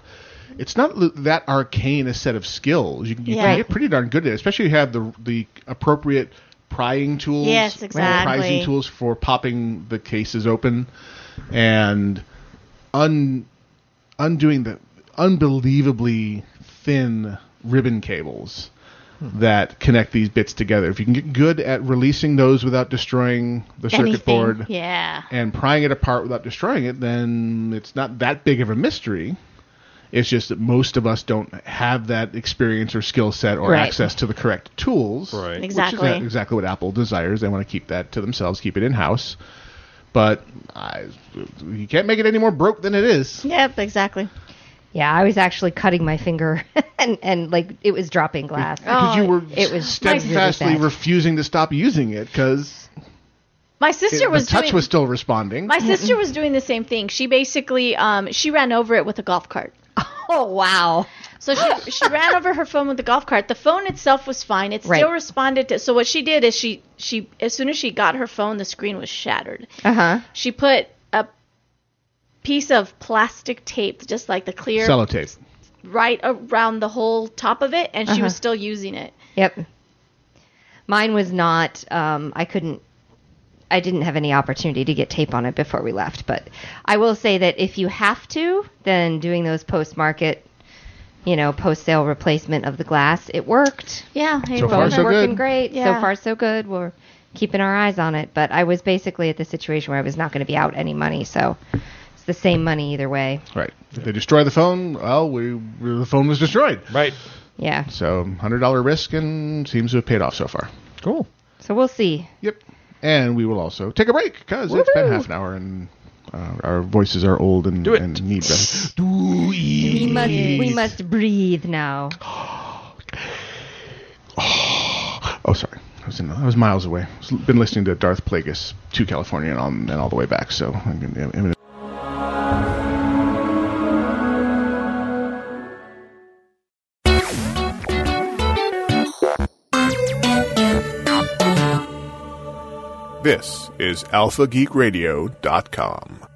B: it's not l- that arcane a set of skills. You, can- you
E: Yeah.
B: can get pretty darn good at it, especially if you have the the appropriate prying tools.
E: Yes,
B: and
E: exactly.
B: Prizing tools for popping the cases open, and un undoing the unbelievably thin ribbon cables that connect these bits together. If you can get good at releasing those without destroying the circuit
E: Anything.
B: board
E: Yeah.
B: and prying it apart without destroying it, then it's not that big of a mystery. It's just that most of us don't have that experience or skill set or
D: Right.
B: access to the correct tools.
F: Right.
B: which is
E: Exactly.
B: not exactly what Apple desires. They want to keep that to themselves, keep it in house. But I, you can't make it any more broke than it is.
E: Yep, exactly.
D: Yeah, I was actually cutting my finger, and and like it was dropping glass.
B: Because
E: Oh,
B: you were
D: it was
B: steadfastly
D: really bad.
B: refusing to stop using it because
E: My sister
B: the
E: was
B: touch
E: doing,
B: was still responding.
E: my sister was doing the same thing. She basically um, she ran over it with a golf cart.
D: Oh wow.
E: So she she ran over her phone with the golf cart. The phone itself was fine. It still
D: Right.
E: responded to. So what she did is she she as soon as she got her phone, the screen was shattered.
D: Uh huh.
E: She put a piece of plastic tape, just like the clear,
B: Sellotape.
E: right around the whole top of it, and she was still using it.
D: Yep. Mine was not. Um, I couldn't. I didn't have any opportunity to get tape on it before we left. But I will say that if you have to, then doing those post market, you know, post sale replacement of the glass, it worked.
E: Yeah. Hey,
B: So far,
E: whatever.
D: Phones are
B: so
D: working
B: good.
D: great.
E: Yeah.
D: So far, so good. We're keeping our eyes on it. But I was basically at the situation where I was not going to be out any money. So it's the same money either way.
B: Right. If they destroy the phone, well, we, we the phone was destroyed.
F: Right.
D: Yeah.
B: So hundred dollar risk and seems to have paid off so far.
F: Cool.
D: So we'll see.
B: Yep. And we will also take a break because it's been half an hour and uh, our voices are old and,
F: Do it.
B: and need rest.
D: We must. We must breathe now.
B: Oh, sorry. I was, in, I was miles away. I've been listening to Darth Plagueis to California and all, and all the way back. So I'm gonna, I'm gonna-
H: This is alphageekradio.com.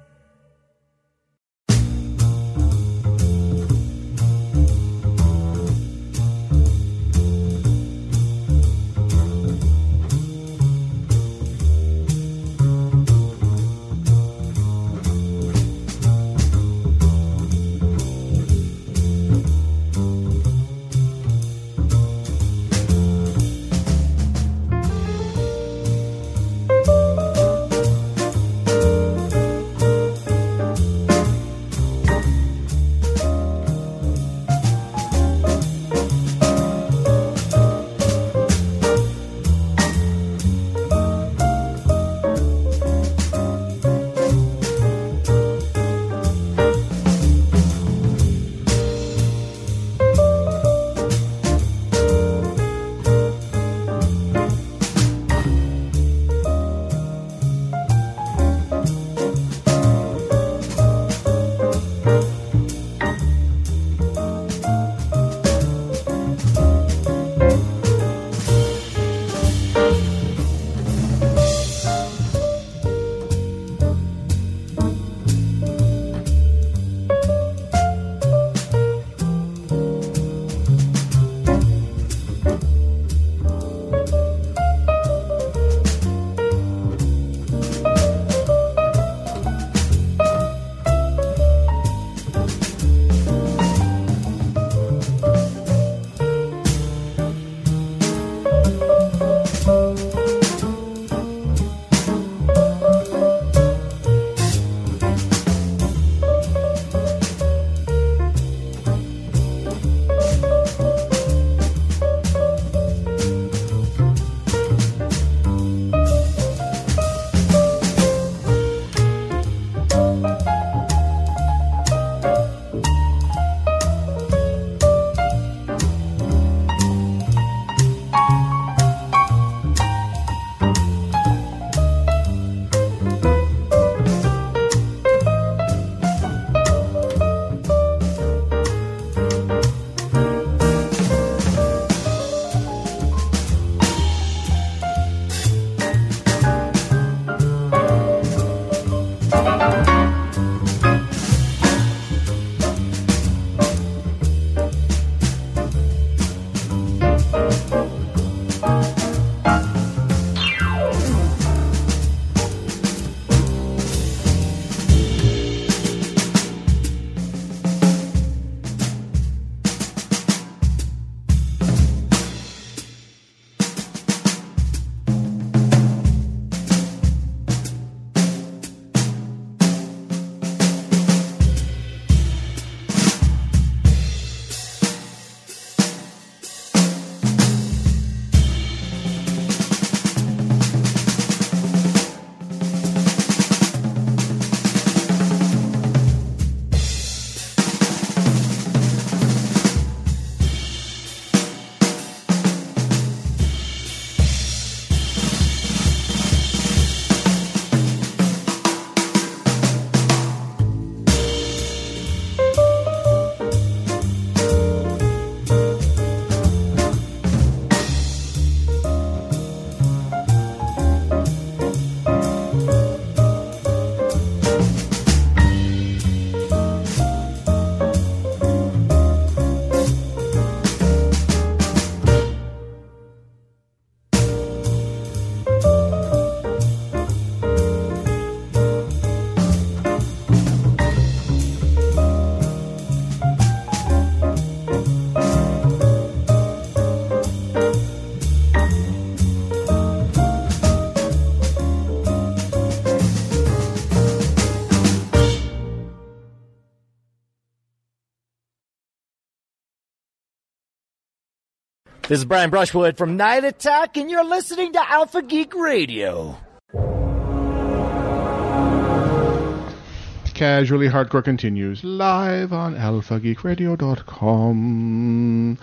H: This is Brian Brushwood from Night Attack, and you're listening to Alpha Geek Radio.
B: Casually Hardcore continues live on alphageekradio.com.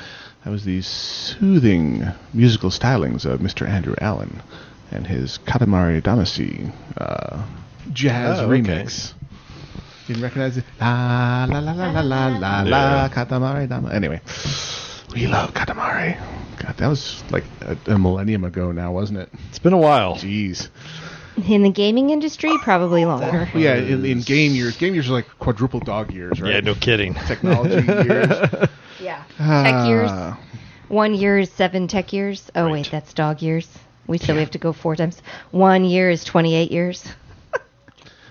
B: That was the soothing musical stylings of Mr. Andrew Allen and his Katamari Damacy uh, jazz
F: Oh, okay.
B: remix. You didn't recognize it? La la la la la la la la
F: Yeah.
B: Katamari Dama. Anyway, we love Katamari. God, that was like a, a millennium ago now, wasn't it?
F: It's been a while.
B: Jeez.
D: In the gaming industry, probably longer.
B: Well, yeah, in, in game years, game years are like quadruple dog years, right?
F: Yeah, no kidding.
B: Technology years.
D: Yeah. Tech years.
B: Ah.
D: One year is seven tech years. Oh, wait, that's dog years. We so we have to go four times. One year is 28 years.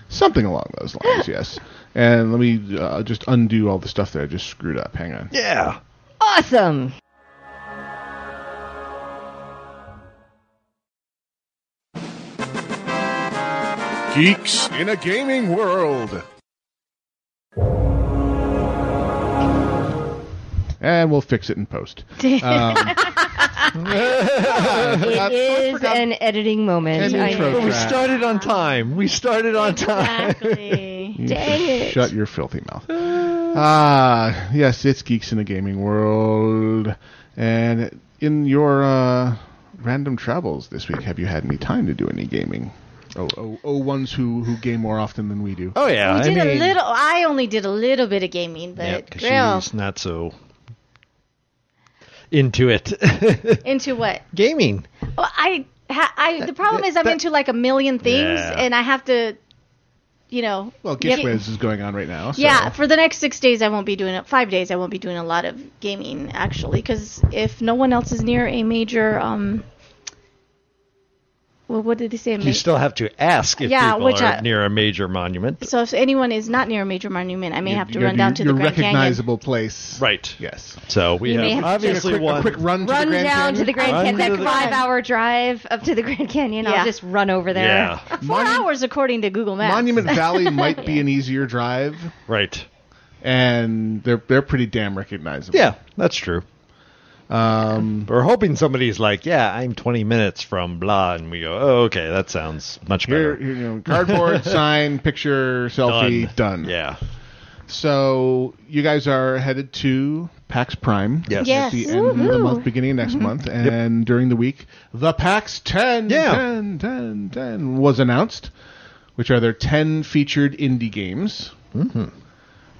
B: Something along those lines, yes. And let me uh, just undo all the stuff that I just screwed up. Hang on.
F: Yeah.
D: Awesome.
B: Geeks in a Gaming World. And we'll fix it in post.
D: It is an editing moment.
B: An
D: I
B: intro
D: know.
F: But we
B: Trash.
F: started on time. We started on time.
E: Exactly.
B: You
D: Dang
B: should
D: it.
B: Shut your filthy mouth. Ah, yes, it's Geeks in a Gaming World. And in your uh, random travels this week, have you had any time to do any gaming? Oh, oh, oh ones who, who game more often than we do.
F: Oh yeah.
E: we
F: I
E: did
F: mean,
E: a little. I only did a little bit of gaming,
F: Yeah,
E: but
F: 'cause
E: real
F: she's not so into it.
E: into what?
F: Gaming.
E: Well, I, ha, I. The problem is I'm
F: that-
E: into like a million things,
F: Yeah.
E: and I have to, you know.
B: Well,
E: get-
B: Geek Wiz is going on right now. So.
E: Yeah, for the next six days, I won't be doing it. Five days, I won't be doing a lot of gaming actually, because if no one else is near a major, um, well, what did they say? a
F: You
E: ma-
F: still have to ask if
E: Yeah,
F: people
E: which
F: are
E: I-
F: near a major monument.
E: so if anyone is not near a major monument, I may
B: You-
E: have to
B: you-
E: run down
B: your-
E: to
B: your
E: the Grand Canyon.
B: recognizable place.
F: Right.
B: Yes.
F: So we
D: You
F: have,
D: may have to
F: obviously
B: Quick, a
F: one.
B: quick run to
D: Run
B: the Grand
D: down
B: Canyon.
D: to the Grand
F: Run
D: Canyon. That
F: to the-
D: five-hour drive up to the Grand Canyon.
E: Yeah.
D: I'll just run over there.
F: Yeah.
E: Four hours according to Google Maps.
B: Monument Valley might be an easier drive,
F: Right.
B: and they're they're pretty damn recognizable.
F: Yeah, that's true.
B: Um,
F: We're hoping somebody's like, "Yeah, I'm 20 minutes from blah," and we go, "Oh, okay, that sounds much
B: here,
F: better."
B: here, you know, cardboard sign, picture, selfie, done.
F: Yeah.
B: So you guys are headed to PAX Prime.
F: Yes.
E: Yes.
B: At the end of the
E: Woohoo.
B: month, beginning of
D: Mm-hmm.
B: next month, and during the week, the PAX 10,
F: Yeah.
B: 10, 10, 10 was announced, which are their 10 featured indie games. Mm-hmm.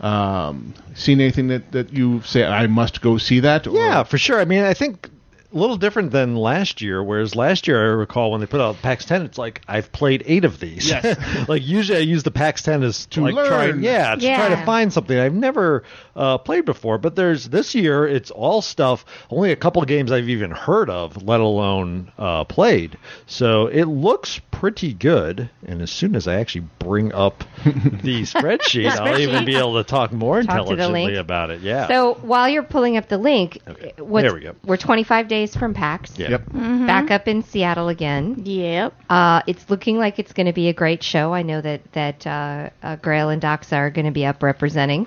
B: Um, seen anything that, that you say, I must go see that? Or,
F: Yeah, for sure. I mean, I think a little different than last year. Whereas last year, I recall when they put out PAX 10, it's like I've played eight of these.
B: Yes.
F: like usually, I use the PAX 10 as to like try,
B: learn.
F: yeah, to try to
D: Yeah.
F: find something I've never uh, played before. But there's this year, it's all stuff. Only a couple of games I've even heard of, let alone uh, played. So it looks pretty good. And as soon as I actually bring up the spreadsheet, I'll even be able to talk more
D: Talk to the
F: intelligently
D: link.
F: about it. Yeah.
D: So while you're pulling up the link,
F: Okay.
D: what's-
F: There we go.
D: we're 25 days from PAX.
F: yeah.
B: Yep.
D: Back up in Seattle again.
E: Yep.
D: Uh, it's looking like it's going to be a great show. I know that that uh, uh, Grail and Doxa are going to be up representing,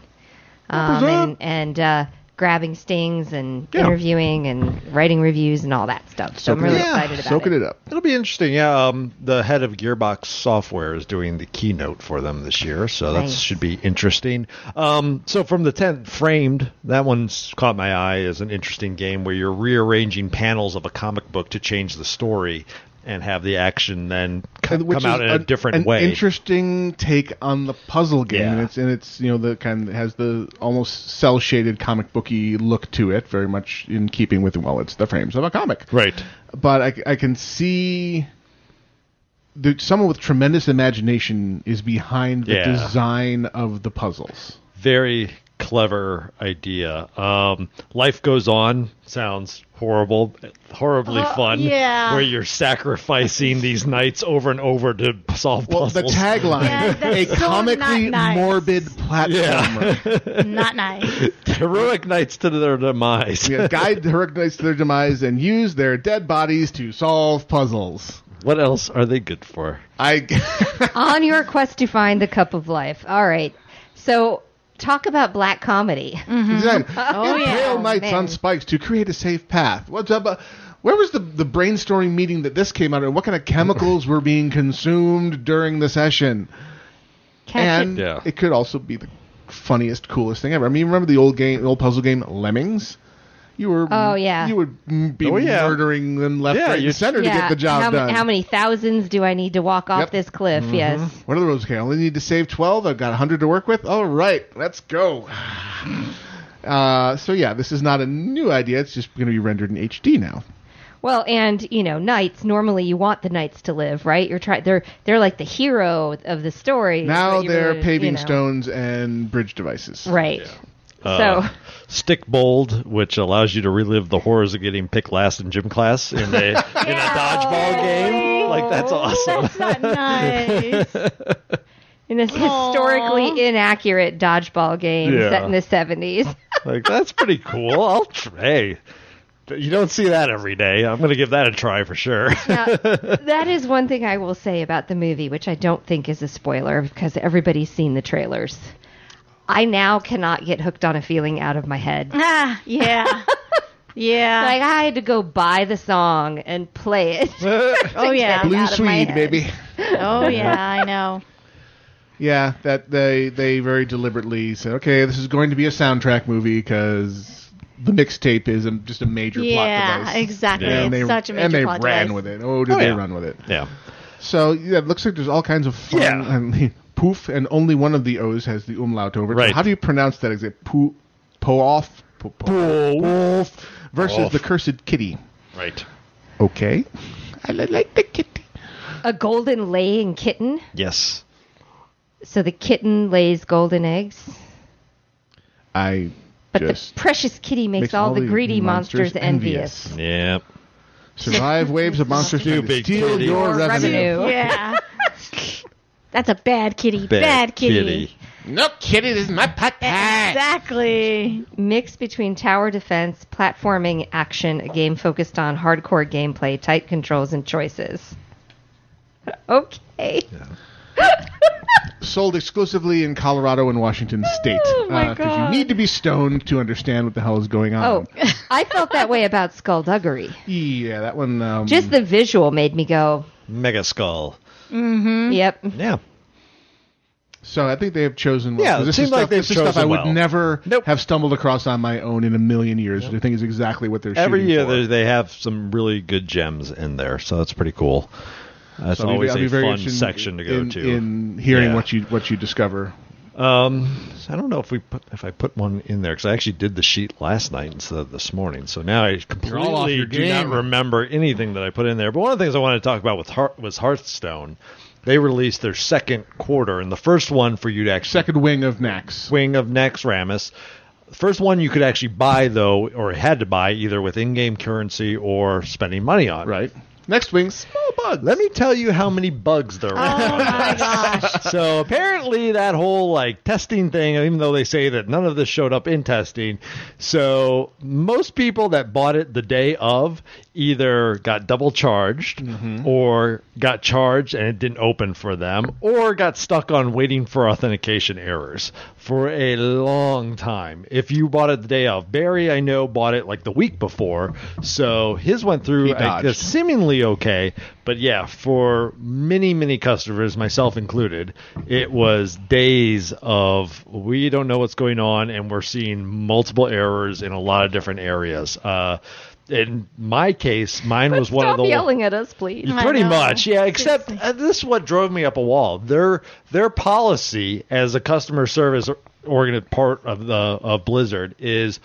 D: um, and, and uh, grabbing stings and
F: Yeah.
D: interviewing and writing reviews and all that stuff. So I'm really
B: it up.
D: excited about
B: Soaking it
D: it.
B: up.
F: It'll be interesting. Yeah, um, the head of Gearbox Software is doing the keynote for them this year, so that
D: Nice.
F: should be interesting. Um, so from the tent, Framed, that one's caught my eye as an interesting game where you're rearranging panels of a comic book to change the story and have the action then co-
B: Which
F: come out
B: is
F: in a, different
B: an
F: way.
B: interesting take on the puzzle game,
F: Yeah.
B: and it's and it's you know the kind that has the almost cell shaded comic booky look to it, very much in keeping with well, it's the frames of a comic,
F: right.
B: But I, I can see that someone with tremendous imagination is behind the
F: Yeah.
B: design of the puzzles.
F: very clever idea. Um, Life Goes On sounds horrible, horribly fun.
E: yeah.
F: Where you're sacrificing these nights over and over to solve
B: Well, the
F: puzzles.
B: tagline:
E: Yeah,
B: a
E: that's so
B: comically
E: not nice.
B: morbid platformer.
E: Not nice.
F: Heroic nights to their demise.
B: Yeah, guide the Hercules to their demise and use their dead bodies to solve puzzles.
F: what else are they good for?
B: I
D: On your quest to find the cup of life. All right. So talk about black comedy.
B: Design.
A: Oh,
B: Impale
A: yeah.
B: knights
D: Man.
B: on spikes to create a safe path. What's up? uh, Where was the, the brainstorming meeting that this came out of? What kind of chemicals were being consumed during the session?
D: Catch
B: and
D: it.
F: Yeah.
B: it could also be the funniest, coolest thing ever. I mean, remember the old game, old puzzle game, Lemmings? You were
D: Oh, yeah.
B: you would be
F: Oh, yeah.
B: murdering them left,
F: Yeah,
B: right,
F: you-
B: and center to get the job
D: how,
B: done.
D: How many thousands do I need to walk off
B: Yep. Mm-hmm.
D: this cliff? Yes.
B: What are the rules here? I only need to save 12. I've got 100 to work with. All right, let's go. Uh, so, yeah, this is not a new idea. It's just going to be rendered in HD now.
D: Well, and you know, knights. Normally, you want the knights to live, right? You're trying. They're they're like the hero of the story.
B: Now
D: but you
B: they're
D: would,
B: paving
D: you know.
B: stones and bridge devices.
D: Right.
F: Uh,
D: so
F: Stick Bold, which allows you to relive the horrors of getting picked last in gym class in a, in a dodgeball game. Like, that's awesome.
E: That's not nice.
D: in this historically inaccurate dodgeball game
F: Yeah.
D: set in the seventies.
F: like, that's pretty cool. I'll try. You don't see that every day. I'm going to give that a try for sure.
D: that is one thing I will say about the movie, which I don't think is a spoiler because everybody's seen the trailers. I now cannot get hooked on a feeling out of my head.
E: ah, yeah. Yeah.
D: Like I had to go buy the song and play it.
E: oh yeah.
D: Out
B: Blue
D: of my
B: Swede,
D: head.
B: baby.
E: Oh yeah, I know.
B: Yeah, that they they very deliberately said, okay, this is going to be a soundtrack movie because the mixtape is a, just a major plot
E: Yeah,
B: device.
E: exactly.
B: And
E: It's
B: they,
E: such a major
B: and they
E: plot
B: ran
E: device.
B: with it. Oh, did
F: Oh,
B: they
F: yeah.
B: run with it?
F: yeah.
B: So yeah, it looks like there's all kinds of fun.
F: Yeah.
B: And poof, and only one of the O's has the umlaut over it. So
F: Right.
B: how do you pronounce that? Is it poo, po off, po, po- poof versus
F: Off.
B: the cursed kitty?
F: Right.
B: Okay. I li- like the kitty.
D: a golden laying kitten.
F: Yes.
D: So the kitten lays golden eggs.
B: I
D: But
B: just
D: the precious kitty makes, all, the greedy monsters, envious.
F: Yep.
B: Survive waves of monsters trying to
F: Stupid
B: steal
F: kitty.
B: your
D: Your
B: revenue.
D: revenue.
E: Yeah. That's a bad kitty. Bad, kitty. E-,
B: No kitty, this is my pot
E: Exactly.
D: Mix between tower defense, platforming action, a game focused on hardcore gameplay, tight controls, and choices. Okay.
B: Sold exclusively in Colorado and Washington State.
D: Oh, my
B: Because
D: God.
B: you need to be stoned to understand what the hell is going
D: Oh,
B: on.
D: I felt that way about Skullduggery.
B: Yeah, that one. Um,
D: Just the visual made me go,
F: Mega Skull. Mm-hmm.
D: yep.
F: Yeah.
B: So I think they have chosen. Well,
F: Yeah,
B: 'cause
F: it
B: this is
F: seems like
B: stuff,
F: they've
B: this is stuff I
F: chosen
B: would
F: well.
B: never
F: Nope.
B: have stumbled across on my own in a million years, which I think is exactly what they're
F: Every
B: shooting
F: year
B: for.
F: they- they have some really good gems in there, so that's pretty cool. That's
B: So I'll be-
F: always
B: I'll be
F: a
B: very
F: fun
B: interested in-
F: section to go
B: in-
F: to.
B: In hearing
F: Yeah.
B: what you what you discover.
F: Um, so I don't know if we put if I put one in there because I actually did the sheet last night instead of this morning. So now I
B: all off
F: completely
B: your
F: do not
B: game.
F: remember anything that I put in there. But one of the things I wanted to talk about with Heart, was Hearthstone. They released their second quarter, and the first one for you to actually
B: Second wing of Nax.
F: wing of Nex Ramus. The first one you could actually buy though, or had to buy either with in-game currency or spending money on.
B: Right. Next wing, small bug.
F: Let me tell you how many bugs there were.
E: Oh my gosh.
F: so apparently that whole like testing thing, even though they say that none of this showed up in testing, so most people that bought it the day of either got double charged
E: Mm-hmm.
F: or got charged and it didn't open for them or got stuck on waiting for authentication errors for a long time. If you bought it the day of, Barry I know bought it like the week before, so his went through
B: He
F: I
B: dodged.
F: guess, seemingly okay, but yeah, for many many customers, myself included, it was days of we don't know what's going on, and we're seeing multiple errors in a lot of different areas. Uh, in my case, mine was one of
D: Stop
F: the
D: yelling at us, please.
E: I
F: pretty
E: know.
F: much yeah except uh, this is what drove me up a wall their their policy as a customer service organ part of the of blizzard is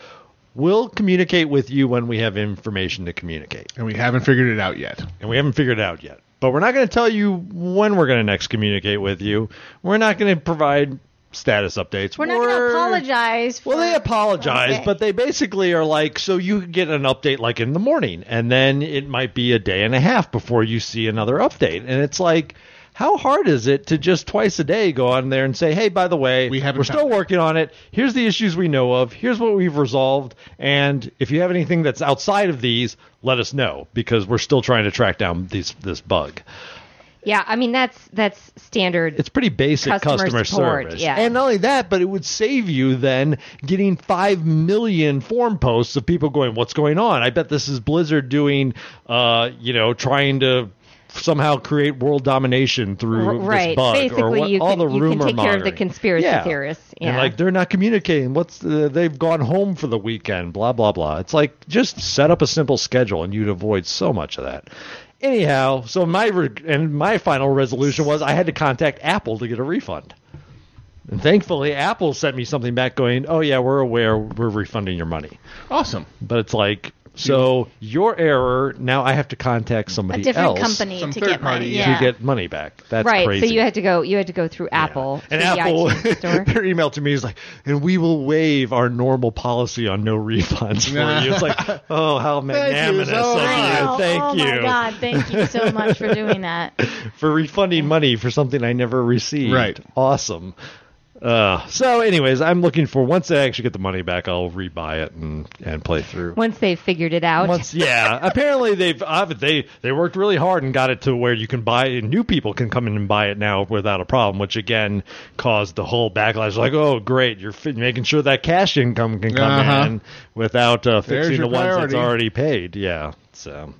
F: we'll communicate with you when we have information to communicate
B: And we haven't figured it out yet.
F: and we haven't figured it out yet. But we're not going to tell you when we're going to next communicate with you. We're not going to provide status updates.
E: We're not going to apologize. For
F: Well, they apologize,
E: Okay.
F: but they basically are like, so you could get an update like in the morning, and then it might be a day and a half before you see another update. And it's like, how hard is it to just twice a day go on there and say, hey, by the way,
B: We haven't
F: we're still
B: found it."
F: working on it. Here's the issues we know of. Here's what we've resolved. And if you have anything that's outside of these, let us know because we're still trying to track down these, this bug.
D: Yeah, I mean that's that's standard.
F: It's pretty basic
D: Customer
F: customer,
D: support,
F: service.
D: yeah.
F: And not only that, but it would save you then getting 5 million form posts of people going, What's going on? I bet this is Blizzard doing, uh, you know, trying to somehow create world domination through
D: R-
F: this
D: right.
F: bug or
D: Basically,
F: what,
D: you
F: all
D: can-
F: the
D: you can
F: rumor
D: take care of the
F: mongering.
D: conspiracy
F: Yeah.
D: theorists,
F: And
D: yeah.
F: like they're not communicating. What's uh, they've gone home for the weekend? Blah blah blah. It's like just set up a simple schedule, and you'd avoid so much of that. Anyhow, so my re- and my final resolution was I had to contact Apple to get a refund. And thankfully, Apple sent me something back going, "Oh yeah, we're aware. We're refunding your money."
B: Awesome.
F: But it's like, so your error. Now I have to contact
E: a
F: somebody
E: different
F: else
E: company
B: Some
E: to
B: third
E: get
B: party,
E: money.
B: yeah.
E: Yeah.
F: to get money back. That's
D: right.
F: crazy.
D: So you had to go. You had to go through Apple.
F: And
D: to the
F: Apple,
D: iTunes store.
F: their email to me is like, and we will waive our normal policy on no refunds for you. It's like, oh, how magnanimous
B: so
F: of
B: much.
F: you.
E: Oh,
F: Thank
E: oh
F: you
E: my God! Thank you so much for doing that.
F: for refunding money for something I never received.
B: Right.
F: Awesome. Uh, so, anyways, I'm looking for once I actually get the money back, I'll rebuy it and, and play through.
D: Once they figured it out,
F: Once, yeah. Apparently they've uh, they they worked really hard and got it to where you can buy it. New people can come in and buy it now without a problem, which again caused the whole backlash. Like, oh, great, you're fi- making sure that cash income can come
B: Uh-huh.
F: in without uh, fixing
B: There's
F: the
B: your
F: ones that's
B: priority.
F: already paid. Yeah. So.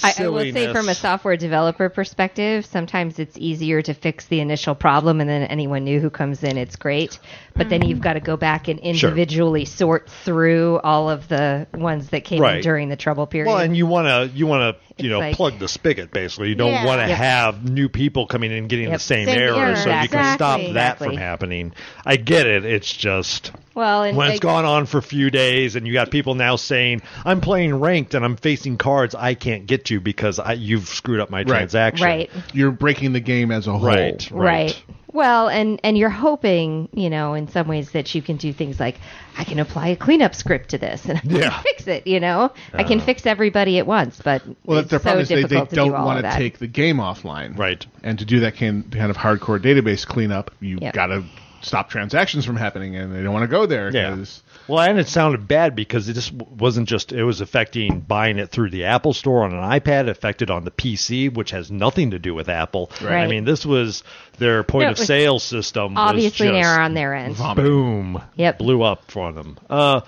D: I, I will say,
F: silliness.
D: from a software developer perspective, sometimes it's easier to fix the initial problem, and then anyone new who comes in, it's great. But then you've got to go back and
F: Sure.
D: individually sort through all of the ones that came
F: Right.
D: in during the trouble period.
F: Well, and you want to you want to
D: It's
F: you know
D: like-
F: plug the spigot basically. You don't
E: Yeah.
F: want to
D: Yep.
F: have new people coming in and getting
D: Yep.
F: the same,
E: Same
F: error,
E: error.
F: so you can stop
D: Exactly.
F: that
D: Exactly.
F: from happening. I get it. It's just
D: Well, and
F: when it's
D: like-
F: gone on for a few days, and you got people now saying, "I'm playing ranked and I'm facing cards I can't get to because I, you've screwed up my transaction."
D: right.
B: You're breaking the game as a whole.
F: Right.
D: Right. Well, and and you're hoping, you know, in some ways that you can do things like I can apply a cleanup script to this and I
F: Yeah.
D: can fix it. You know, I can fix everybody at once, but
B: Well,
D: it's
B: their
D: so
B: problem is they,
D: difficult
B: they
D: to
B: don't
D: do all
B: want
D: of
B: to
D: that.
B: take the game offline.
F: Right.
B: And to do that kind kind of hardcore database cleanup, you
D: Yep.
B: got to stop transactions from happening, and they don't want to go there.
F: Yeah.
B: 'cause-
F: Well, and it sounded bad because it just w- wasn't just it was affecting buying it through the Apple Store on an iPad, it affected on the PC, which has nothing to do with Apple.
D: Right.
F: I mean, this was their point
D: No, it
F: of
D: was
F: sale system. was
D: Obviously, an
F: just
D: error on their end.
F: Boom.
D: Yep.
F: Blew up for them. Uh,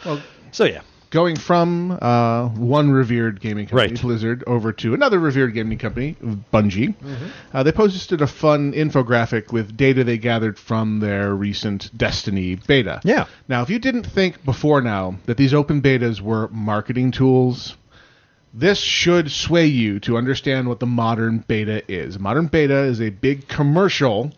F: so yeah.
B: Going from uh, one revered gaming company,
F: Right.
B: Blizzard, over to another revered gaming company, Bungie, uh, they posted a fun infographic with data they gathered from their recent Destiny beta.
F: Yeah.
B: Now, if you didn't think before now that these open betas were marketing tools, this should sway you to understand what the modern beta is. Modern beta is a big commercial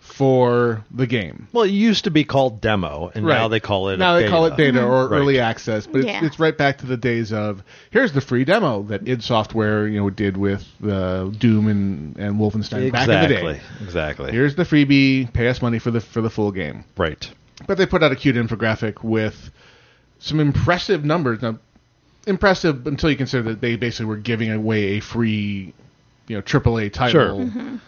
B: for the game.
F: Well, it used to be called demo, and now they call it. a Mm-hmm.
B: now they call it beta or
F: Right.
B: early access, but
E: Yeah.
B: it's, it's right back to the days of here's the free demo that id Software you know did with uh, Doom and, and Wolfenstein back in the
F: Exactly.
B: day.
F: Exactly.
B: Here's the freebie, pay us money for the for the full game.
F: right.
B: But they put out a cute infographic with some impressive numbers. Now, impressive until you consider that they basically were giving away a free, you know, AAA title.
F: Sure.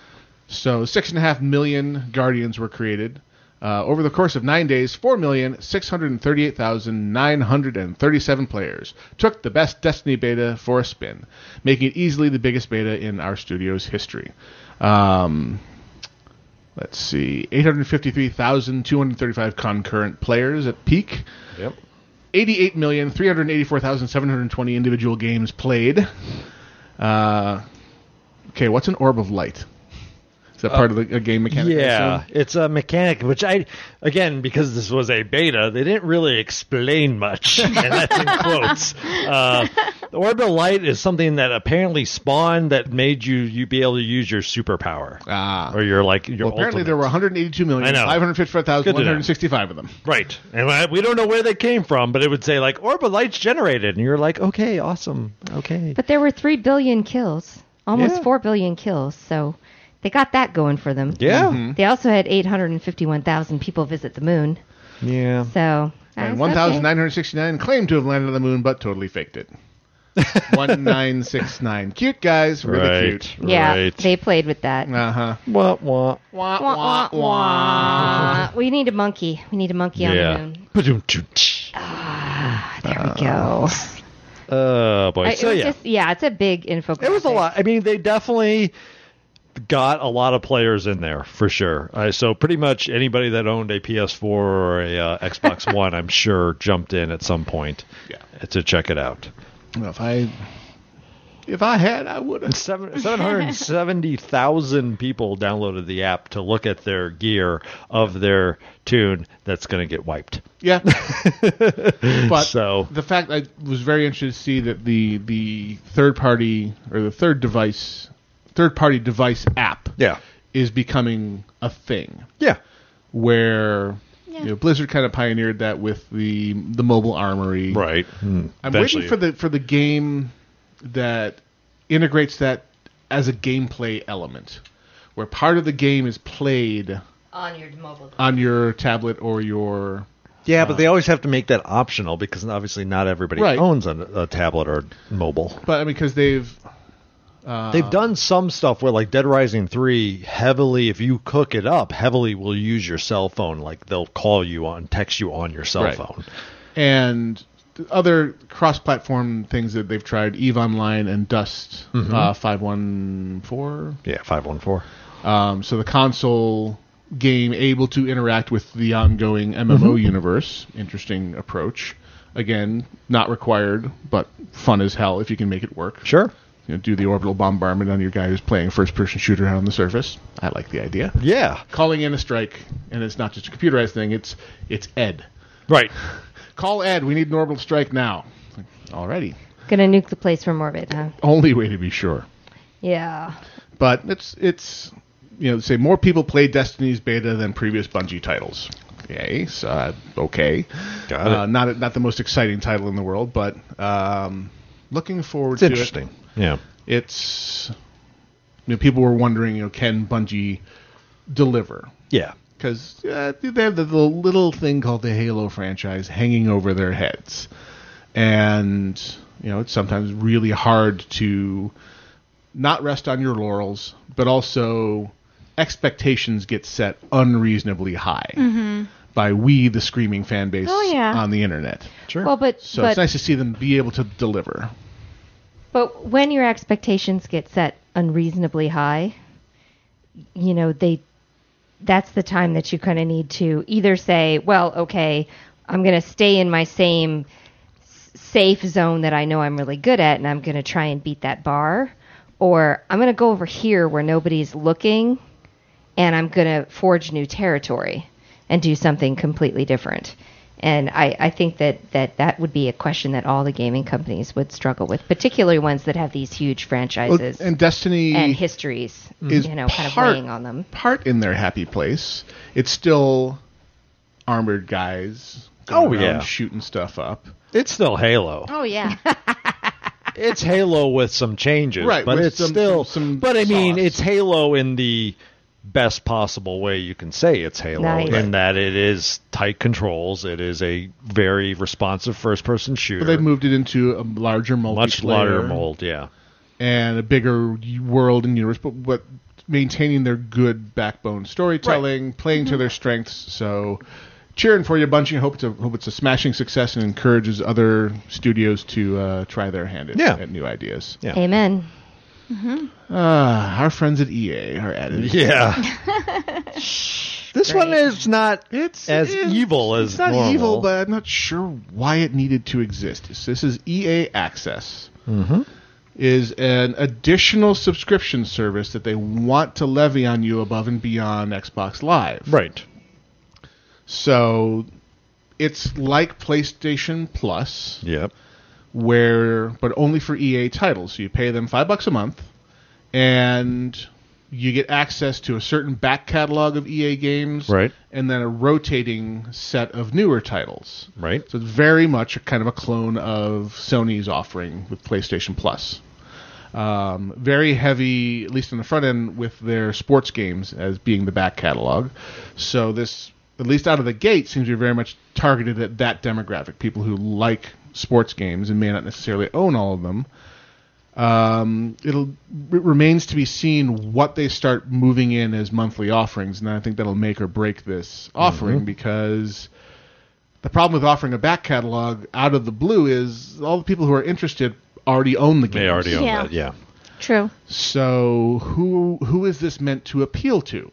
B: So six and a half million Guardians were created. Uh, over the course of nine days, four million six hundred thirty-eight thousand nine hundred and thirty-seven players took the best Destiny beta for a spin, making it easily the biggest beta in our studio's history. Um, let's see, eight hundred fifty-three thousand two hundred thirty-five concurrent players at peak.
F: Yep.
B: 88,384,720 individual games played. Uh, okay, what's an orb of light? Is that part of the, a game mechanic? I
F: Uh, Yeah,
B: assume?
F: it's a mechanic which I again because this was a beta, they didn't really explain much, and that's in quotes. Uh, the orb of light is something that apparently spawned that made you you be able to use your superpower
B: Ah.
F: or your like your.
B: Well, apparently there were
F: ultimate.
B: 182,555,165 of them.
F: right, and I- we don't know where they came from, but it would say like orb of light's generated, and you're like, okay, awesome, okay.
D: But there were 3 billion kills, almost
F: Yeah.
D: 4 billion kills, so they got that going for them.
F: yeah,
B: Mm-hmm.
D: They also had 851,000 people visit the moon.
F: yeah.
D: So,
B: And
D: that's
B: 1,969 claim to have landed on the moon but totally faked it. 1969. Cute guys, really
F: right.
B: cute.
D: okay. Yeah,
F: Right.
D: they played with that.
B: Uh huh.
F: Wah, wah.
B: Wah,
D: Wah, wah, wah. We need a monkey. We need a monkey on the
F: Yeah.
D: moon. Ah,
F: Ba-dum-tch.
D: There we go.
F: Oh boy.
D: I- it
F: so
D: was
F: yeah.
D: just- yeah, it's a big infographic.
F: It was a lot. I mean, they definitely got a lot of players in there for sure. Uh, so pretty much anybody that owned a PS4 or a uh, Xbox One, I'm sure, jumped in at some point
B: Yeah.
F: to check it out.
B: Well, if I if I had, I would have.
F: Seven seven hundred seventy thousand people downloaded the app to look at their gear of their tune that's going to get wiped.
B: Yeah. but
F: So-
B: the fact I was very interested to see that the the third party or the third device third party device app
F: Yeah.
B: is becoming a thing
F: Yeah.
B: where
E: Yeah.
B: you know, Blizzard kind of pioneered that with the the mobile armory.
F: Right.
B: I'm
F: hmm. Eventually.
B: waiting for the for the game that integrates that as a gameplay element, where part of the game is played
D: on your mobile.
B: on your tablet or your
F: Yeah, but they always have to make that optional because obviously not everybody
B: Uh, Right.
F: owns a, a tablet or mobile.
B: but I mean because they've Uh,
F: They've done some stuff where, like Dead Rising Three, heavily if you cook it up, heavily will use your cell phone. Like they'll call you on, text you on your cell
B: Right.
F: phone.
B: and the other cross-platform things that they've tried Eve Online and Dust uh, five one four.
F: Yeah, five one four.
B: Um, so the console game able to interact with the ongoing MMO universe. Interesting approach. Again, not required, but fun as hell if you can make it work.
F: Sure.
B: You know, do the orbital bombardment on your guy who's playing first-person shooter out on the surface. I like the idea.
F: Yeah.
B: Calling in a strike, and it's not just a computerized thing. It's it's Ed.
F: Right.
B: Call Ed. We need an orbital strike now. Alrighty.
D: Gonna nuke the place from orbit, huh?
B: Only way to be sure.
D: Yeah.
B: But it's it's you know say more people play Destiny's beta than previous Bungie titles. Yay, so, uh, okay.
F: Got
B: Uh, not not the most exciting title in the world, but um, looking forward
F: It's
B: to
F: interesting. Yeah.
B: it. It's you know people were wondering you know can Bungie deliver
F: Yeah.
B: because uh, they have the, the little thing called the Halo franchise hanging over their heads, and you know it's sometimes really hard to not rest on your laurels, but also expectations get set unreasonably high
D: Mm-hmm.
B: by we, the screaming fan base
E: Oh, yeah.
B: on the internet.
F: Sure.
D: Well, but
B: So
D: but
B: it's nice to see them be able to deliver.
D: But when your expectations get set unreasonably high, you know, they that's the time that you kind of need to either say, well, okay, I'm going to stay in my same s- safe zone that I know I'm really good at and I'm going to try and beat that bar, or I'm going to go over here where nobody's looking and I'm going to forge new territory and do something completely different. And I, I think that, that that would be a question that all the gaming companies would struggle with, particularly ones that have these huge franchises
B: and Destiny
D: and histories,
B: is
D: you know, kind of
B: part-
D: weighing on them.
B: part in their happy place. It's still armored guys.
F: Oh,
B: going around
F: yeah.
B: shooting stuff up.
F: it's still Halo.
E: Oh yeah.
F: It's Halo with some changes,
B: Right,
F: But
B: with
F: it's
B: some-
F: still.
B: some
F: but I mean,
B: sauce.
F: it's Halo in the best possible way you can say it's Halo,
D: Nice.
F: in that it is tight controls. It is a very responsive first-person shooter.
B: But they've moved it into a larger multiplayer,
F: much larger mold. Yeah.
B: and a bigger world and universe. But what maintaining their good backbone storytelling, playing to their strengths. So cheering for you, Bungie. Hope, to, hope it's a smashing success and encourages other studios to uh, try their hand at,
F: Yeah.
B: at new ideas.
F: Yeah.
D: Amen.
B: Ah, our friends at EA are at it.
F: Yeah. this one is not
B: It's
F: as
B: it's-
F: evil as
B: it's not
F: normal.
B: evil, but I'm not sure why it needed to exist. This- This is EA Access.
F: Mm-hmm.
B: Is an additional subscription service that they want to levy on you above and beyond Xbox Live.
F: right.
B: So it's like PlayStation Plus,
F: Yep.
B: where but only for EA titles. So you pay them five bucks a month, and you get access to a certain back catalog of EA games,
F: Right.
B: And then a rotating set of newer titles,
F: Right.
B: So it's very much a kind of a clone of Sony's offering with PlayStation Plus. Um, very heavy, at least in the front end, with their sports games as being the back catalog. So this, at least out of the gate, seems to be very much targeted at that demographic, people who like sports games and may not necessarily own all of them. Um, it'll it remains to be seen what they start moving in as monthly offerings, and I think that'll make or break this
F: Mm-hmm.
B: offering because the problem with offering a back catalog out of the blue is all the people who are interested already own the game.
F: They already own
E: Yeah.
F: that. Yeah.
E: True.
B: So who who is this meant to appeal to?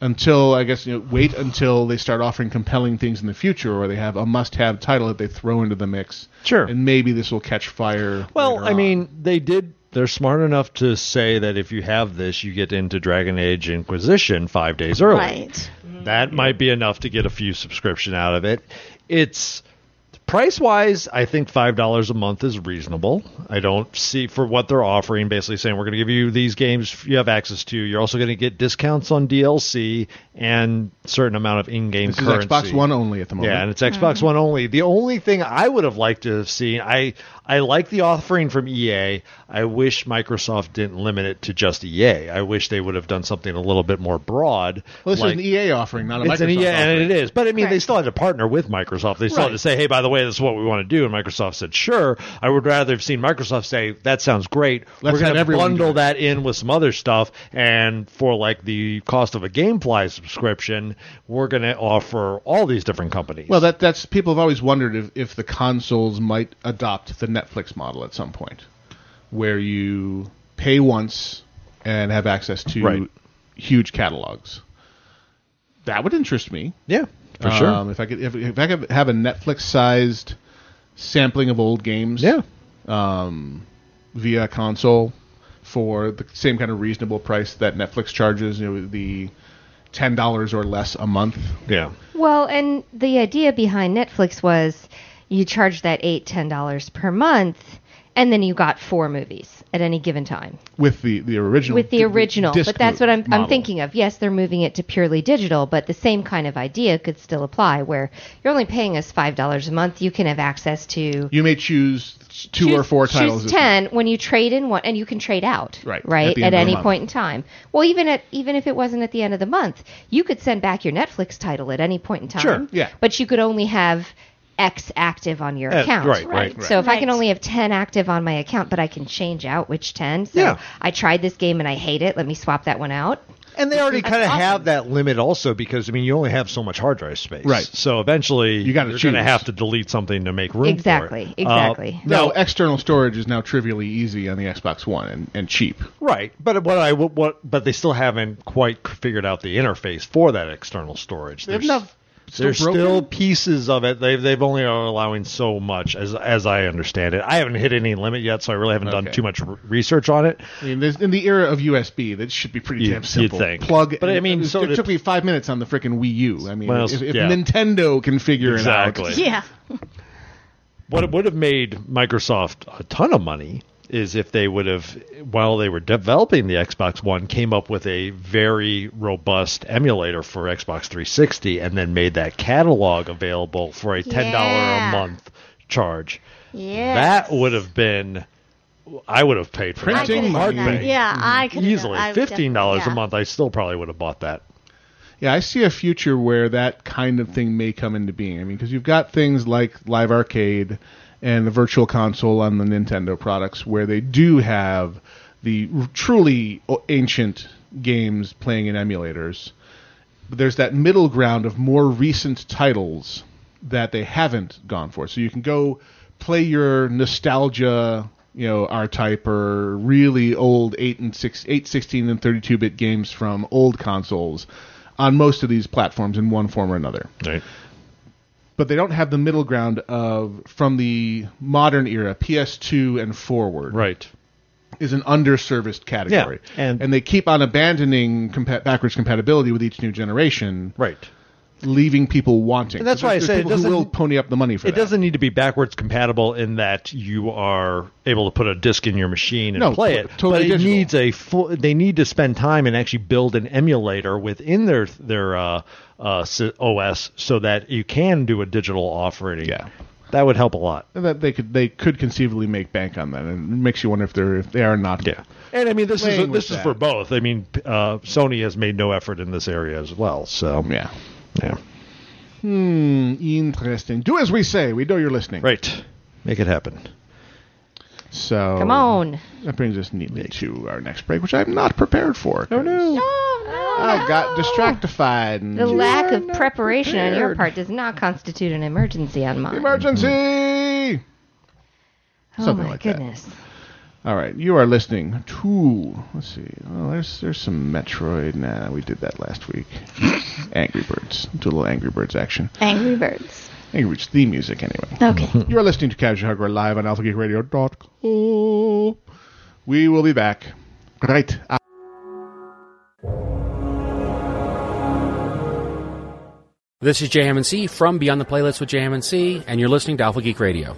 B: Until I guess you know, wait until they start offering compelling things in the future, or they have a must-have title that they throw into the mix.
F: Sure.
B: And maybe this will catch fire.
F: Well,
B: later
F: I
B: on.
F: mean, they did. They're smart enough to say that if you have this, you get into Dragon Age Inquisition five days early.
E: Right.
F: Mm-hmm. That might be enough to get a few subscription out of it. It's price wise, I think five dollars a month is reasonable. I don't see for what they're offering, basically saying we're going to give you these games you have access to. You're also going to get discounts on DLC and certain amount of in-game
B: this is
F: currency.
B: Xbox One only at the moment.
F: Yeah, and it's Xbox One only. The only thing I would have liked to have seen, I I like the offering from EA. I wish Microsoft didn't limit it to just EA. I wish they would have done something a little bit more broad.
B: well, this
F: like-
B: is an EA offering, not a
F: it's
B: Microsoft
F: an EA,
B: offering.
F: and it is. But I mean, they
E: Correct.
F: still had to partner with Microsoft. They still had
B: Right.
F: to say, "Hey, by the way, this is what we want to do." And Microsoft said, "Sure." I would rather have seen Microsoft say, "That sounds great.
B: Let's
F: We're
B: have
F: going to
B: everyone do
F: bundle
B: it."
F: that in with some other stuff, and for like the cost of a GameFly subscription, we're going to offer all these different companies."
B: Well, that that's people have always wondered if, if the consoles might adopt the Netflix model at some point, where you pay once and have access to
F: Right.
B: huge catalogs. That would interest me
F: yeah, for sure.
B: Um, if I could, if, if I could have a Netflix-sized sampling of old games,
F: Yeah.
B: um, via console for the same kind of reasonable price that Netflix charges, you know, the ten dollars or less a month.
F: Yeah.
D: Well, and the idea behind Netflix was you charge that eight, ten dollars per month, and then you got four movies at any given time
B: With the, Oh, the original,
D: with the original.
B: disc
D: But that's what I'm, I'm
B: model.
D: thinking of. Yes, they're moving it to purely digital, but the same kind of idea could still apply where you're only paying us five dollars a month. You can have access to
B: You may choose two
D: choose-
B: or four
D: choose
B: titles. this month.
D: ten when you trade in one, and you can trade out.
B: Right, at
D: Right.
B: the
D: At,
B: end of the
D: any
B: month.
D: point in time. Well, even at even if it wasn't at the end of the month, you could send back your Netflix title at any point in time.
F: Sure,
B: yeah.
D: But you could only have. X active on your
F: Uh,
D: account.
F: right, right,
D: So if I can
E: Right.
D: only have 10 active on my account, but I can change out which 10. So
F: Yeah.
D: I tried this game and I hate it. Let me swap that one out.
F: And they already
D: That's
F: kind of
D: awesome.
F: have that limit also because I mean you only have so much hard drive space,
B: Right.
F: So eventually
B: You gotta
F: you're going to
B: choose.
F: have to delete something to make room. for it.
D: Exactly, exactly.
F: Uh, now,
B: Now, external storage is now trivially easy on the Xbox One and, and cheap.
F: Right, but what I what, what but they still haven't quite figured out the interface for that external storage.
B: They've
F: There's-
B: not- still
F: there's
B: broken?
F: still pieces of it. They've they've only are allowing so much as as I understand it. I haven't hit any limit yet, so I really haven't done
B: Okay.
F: too much re- research on it.
B: I mean, there's, in the era of USB, that should be pretty
F: You'd-
B: damn simple.
F: you'd think.
B: Plug,
F: But I mean,
B: it,
F: so
B: it
F: did-
B: took me five minutes on the frickin' Wii U. I mean,
F: Well,
B: if, if
F: yeah.
B: Nintendo can figure it out,
F: Exactly.
E: Yeah.
F: What would have made Microsoft a ton of money is if they would have, while they were developing the Xbox One, came up with a very robust emulator for Xbox 360 and then made that catalog available for a $10
E: Yeah.
F: a month charge.
E: Yeah.
F: That would have been, I would have paid for that.
B: Printing
E: I could've done
B: money.
E: that. Yeah, I could
F: Easily,
E: Done. I would
F: fifteen dollars
E: definitely-
F: a month. I still probably would have bought that.
B: Yeah, I see a future where that kind of thing may come into being. I mean, because you've got things like Live Arcade and the Virtual Console on the Nintendo products, where they do have the r- truly o- ancient games playing in emulators. But there's that middle ground of more recent titles that they haven't gone for. So you can go play your nostalgia, you know, R type or really old 8 and 6 8 16 and 32 bit games from old consoles on most of these platforms in one form or another.
F: Right.
B: But they don't have the middle ground of from the modern era, PS2 and forward
F: Right.
B: is an underserviced category.
F: Yeah, and-
B: they keep on abandoning compa- backwards compatibility with each new generation
F: Right.
B: leaving people wanting.
F: And that's
B: So there-
F: why I
B: there's
F: say it
B: people who
F: doesn't-
B: will pony up the money for
F: It
B: that.
F: doesn't need to be backwards compatible in that you are able to put a disc in your machine and
B: No,
F: play
B: to-
F: it.
B: totally
F: but it
B: digital.
F: needs a full. They need to spend time and actually build an emulator within their their uh, uh, s- OS so that you can do a digital offering.
B: Yeah.
F: that would help a lot.
B: that they could they could conceivably make bank on that, and it makes you wonder if they're if they are not.
F: and I mean this is
B: Playing with
F: this is
B: that.
F: for both. I mean, p- uh, Sony has made no effort in this area as well. So
B: yeah.
F: yeah,
B: Hmm, interesting. Do as we say. We know you're listening.
F: right. Make it happen.
B: So
D: Come on.
B: That brings us neatly to our next break, which I'm not prepared for. Oh
D: Oh, no.
B: I got distractified. And
D: The lack of
B: You're not
D: preparation on your
B: prepared.
D: part does not constitute an emergency on mine.
B: Emergency.
D: oh
B: something
D: my
B: like that.
D: goodness.
B: All right, you are listening to. Let's see. Oh, there's there's some Metroid. Nah, we did that last week. Angry Birds. Do a little Angry Birds action.
E: Angry Birds.
B: Angry Birds theme music, anyway.
E: Okay.
B: You are listening to Casual Hardware live on AlphaGeekRadio.com. We will be back right after.
I: This is Jay Hammond C from Beyond the Playlist with Jay Hammond C, and you're listening to Alpha Geek Radio.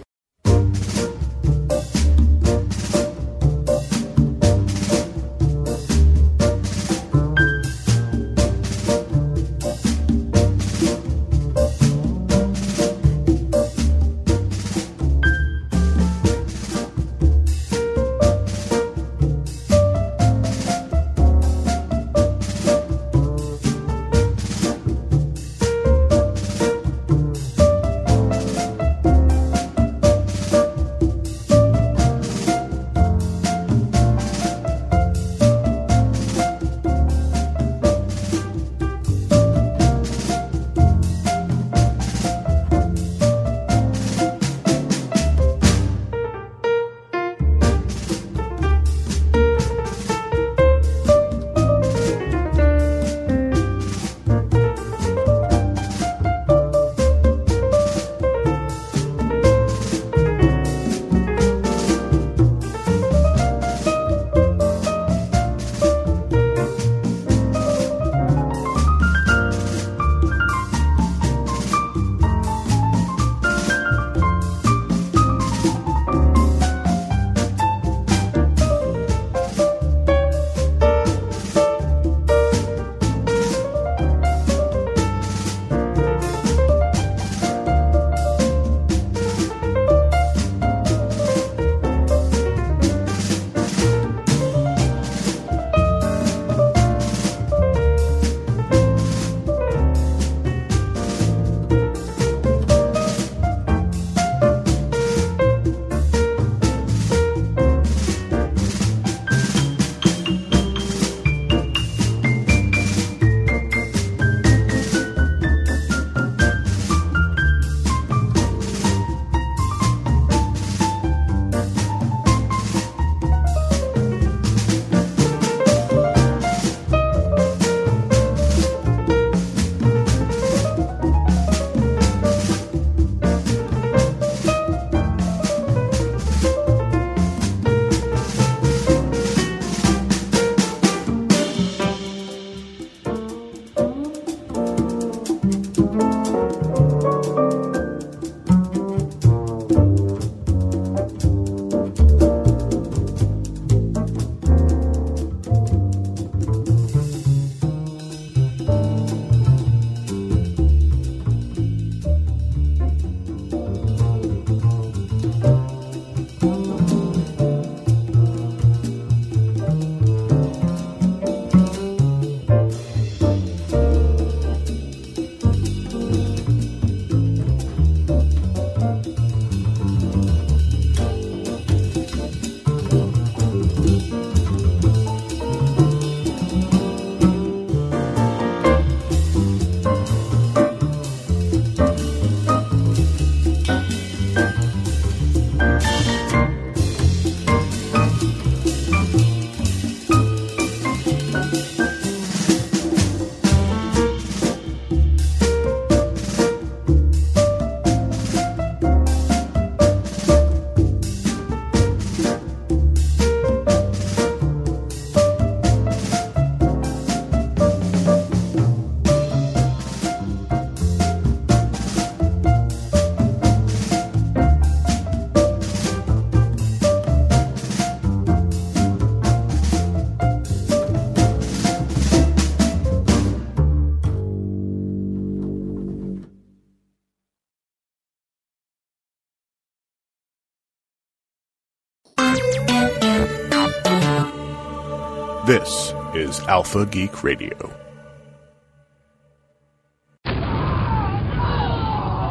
C: This is Alpha Geek Radio.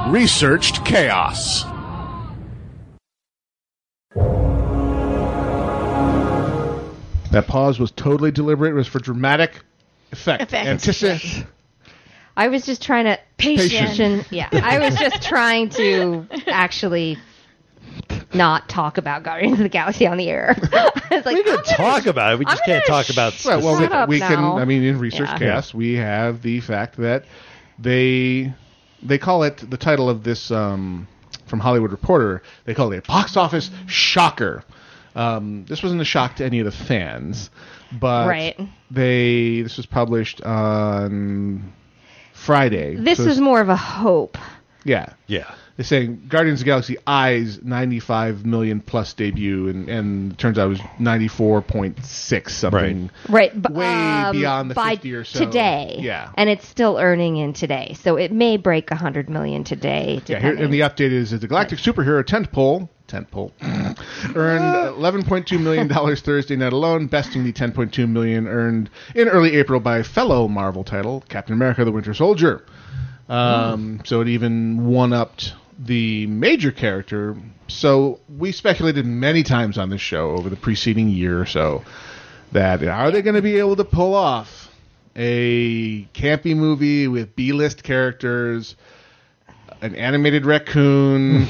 C: Researched Chaos.
B: That pause was totally deliberate. It was for dramatic effect.
E: Effect.
B: Antici-
D: I was just trying to
E: Patient.
D: yeah, I was just trying to actually not talk about Guardians of the Galaxy on the air. It's like,
F: we can talk about it. We just can't talk about.
B: Right, well,
D: Shut
B: we,
D: up
B: we can.
D: now.
B: I mean, in research
D: Yeah.
B: cast, we have the fact that they they call it the title of this um, from Hollywood Reporter. They call it a box office shocker. Um, this wasn't a shock to any of the fans, but
D: Right.
B: they this was published on Friday.
D: this
B: So
D: is more of a hope.
B: yeah.
F: yeah.
B: They're saying Guardians of the Galaxy Eyes 95 million plus debut, and, and it turns out it was 94.6 something.
F: Right.
D: Right, b-
B: Way
D: um,
B: beyond the
D: by
B: 50 or so.
D: today.
B: Yeah.
D: and it's still earning in today, so it may break hundred million today.
B: Yeah, here, and the update is that the Galactic Superhero Tentpole Tentpole earned 11.2 million dollars Thursday night alone, besting the 10.2 million earned in early April by fellow Marvel title Captain America: The Winter Soldier. Um, So it even one upped the major character. So we speculated many times on this show over the preceding year or so that are they going to be able to pull off a campy movie with B-list characters? an animated raccoon.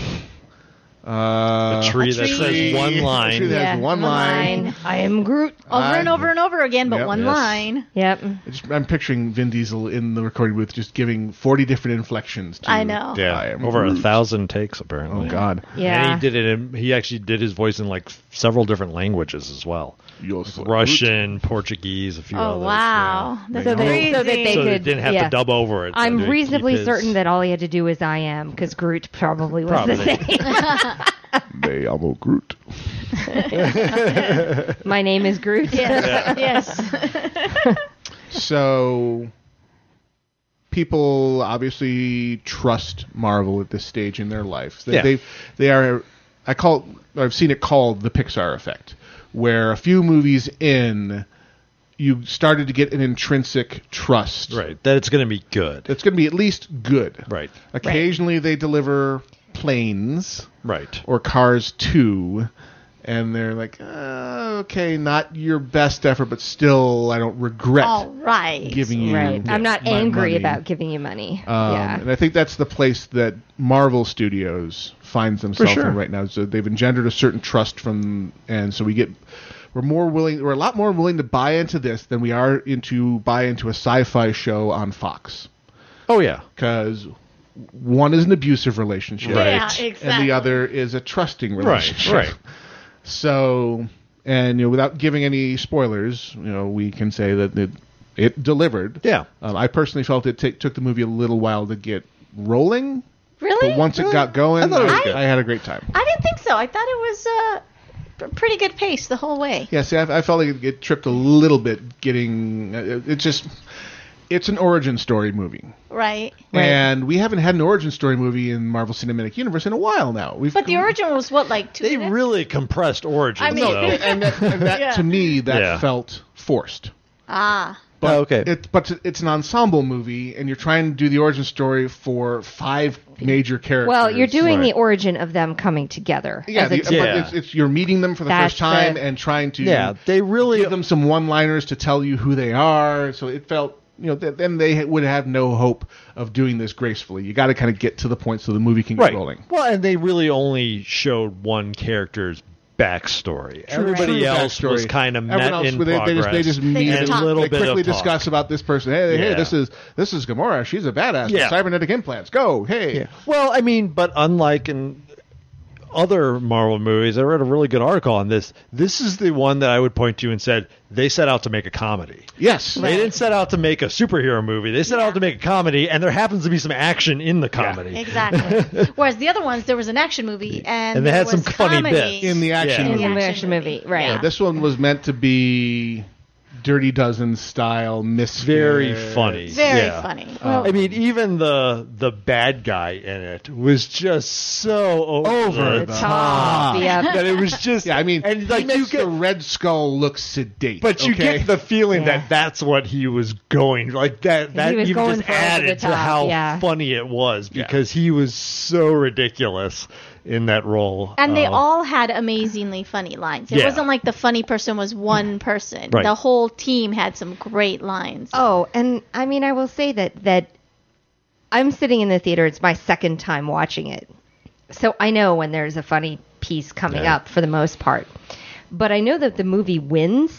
B: uh,
F: A tree that says one
B: A tree
F: line.
B: that has
E: Yeah,
B: one line.
D: I am Groot.
E: Over and over and over again, but
B: Yep.
E: one
B: Yes.
E: line.
D: Yep.
B: I just- I'm picturing Vin Diesel in the recording booth just giving 40 different inflections to
E: I know.
F: Yeah,
B: I am
F: over a
B: Groot.
F: thousand takes apparently.
B: Oh, God.
D: Yeah.
F: and he did it. In, he actually did his voice in like several different languages as well:
B: You're so
F: Russian, Portuguese, a few.
E: Oh,
F: others,
E: wow.
F: yeah.
E: That's crazy.
D: so that they
F: so they
D: could
F: didn't have
D: yeah.
F: to dub over it. so they
D: I'm
F: keep
D: reasonably
F: his-
D: certain that all he had to do was I am, because Groot probably was
F: Probably.
D: the same.
B: Groot. They are all Groot.
D: My name is Groot.
E: Yes. yes.
B: So people obviously trust Marvel at this stage in their life. They
F: Yeah.
B: they, they are I call I've seen it called the Pixar effect, where a few movies in you started to get an intrinsic trust.
F: right that it's going to be good.
B: It's going to be at least good.
F: Right.
B: Occasionally they deliver planes
F: Right.
B: or Cars 2, and they're like, uh, okay, not your best effort, but still, I don't regret
E: All right.
B: giving you.
D: Right. I'm not
B: my
D: angry
B: money.
D: about giving you money.
B: Um,
D: yeah.
B: And I think that's the place that Marvel Studios finds themselves
F: sure.
B: in right now. So they've engendered a certain trust from, and so we get we're more willing, we're a lot more willing to buy into this than we are into buy into a sci-fi show on Fox
F: Oh yeah.
B: because one is an abusive relationship,
F: Right.
E: Yeah,
B: and
E: exactly.
B: the other is a trusting
F: Right.
B: relationship.
F: Right.
B: So, and you know, without giving any spoilers, you know, we can say that it, it delivered.
F: Yeah.
B: Um, I personally felt it ta- took the movie a little while to get rolling,
E: Really?
B: but once it got going,
F: thought it was
B: I,
F: good.
B: I had a great time.
E: I didn't think so. I thought it was a uh, p- pretty good pace the whole way.
B: Yeah, see, I, I felt like it, it tripped a little bit getting. It, it just, it's an origin story movie.
E: Right.
B: And we haven't had an origin story movie in Marvel Cinematic Universe in a while now. We've
E: But the origin was what, like two
F: They
E: minutes?
F: really compressed origins
E: I mean-
F: though.
B: and that, and that
E: Yeah.
B: to me that
F: Yeah.
B: felt forced.
E: ah.
B: But
F: Oh, okay.
B: It, but it's an ensemble movie, and you're trying to do the origin story for five major characters.
D: well, you're doing
F: Right.
D: the origin of them coming together.
B: yeah,
D: as a
B: the-
D: team.
B: but
F: Yeah.
B: It's, it's you're meeting them for the
D: That's
B: first time
D: the-
B: and trying to
F: Yeah, they really-
B: give them some one-liners to tell you who they are. So it felt. You know, th- then they would have no hope of doing this gracefully. You got to kind of get to the point so the movie can
F: right.
B: get rolling.
F: Well, and they really only showed one character's backstory. Everybody
B: True
F: else was
B: backstory.
F: kind of met
B: Everyone else,
F: in
B: they,
F: progress.
B: they just they just meet
E: just
B: and
E: talk.
F: little
B: they
F: bit
B: quickly
F: of talk.
B: discuss about this person. Hey, hey,
F: Yeah.
B: this is this is Gamora. She's a badass. with
F: Yeah.
B: Cybernetic implants. Go. Hey.
F: Well, I mean, but unlike in other Marvel movies, I read a really good article on this. This is the one that I would point to and said they set out to make a comedy.
B: Yes.
F: They didn't set out to make a superhero movie. They set out to make a comedy, and there happens to be some action in the comedy.
E: Exactly. Whereas the other ones, there was an action movie and,
F: And they
E: there
F: had some
E: was
F: funny
E: comedy.
F: bits.
B: In the action
F: Yeah.
B: movie.
D: in
E: action
D: the action movie, right?
E: Yeah.
B: Uh, This one was meant to be Dirty Dozen style misfit.
F: Very funny.
E: Very
F: Yeah. Uh,
E: funny.
F: I mean, even the the bad guy in it was just so over,
B: Over
F: the
B: the
D: Top, yep.
F: that it was just.
B: Yeah, I mean,
F: and like
B: he
F: you
B: makes
F: get
B: the Red Skull look sedate.
F: But you
B: okay?
F: get the feeling
D: Yeah.
F: that that's what he was going like that. That
D: He was
F: even
D: going
F: just
D: for over the
F: added to
D: top,
F: how
D: yeah.
F: funny it was because he was so ridiculous in that role.
E: And they
F: Uh,
E: all had amazingly funny lines. It
F: Yeah. Mm.
E: wasn't like the funny person was one person.
F: Right.
E: The whole team had some great lines.
D: Oh, and I mean, I will say that that I'm sitting in the theater. It's my second time watching it, so I know when there's a funny piece coming
F: Yeah.
D: up for the most part. But I know that the movie wins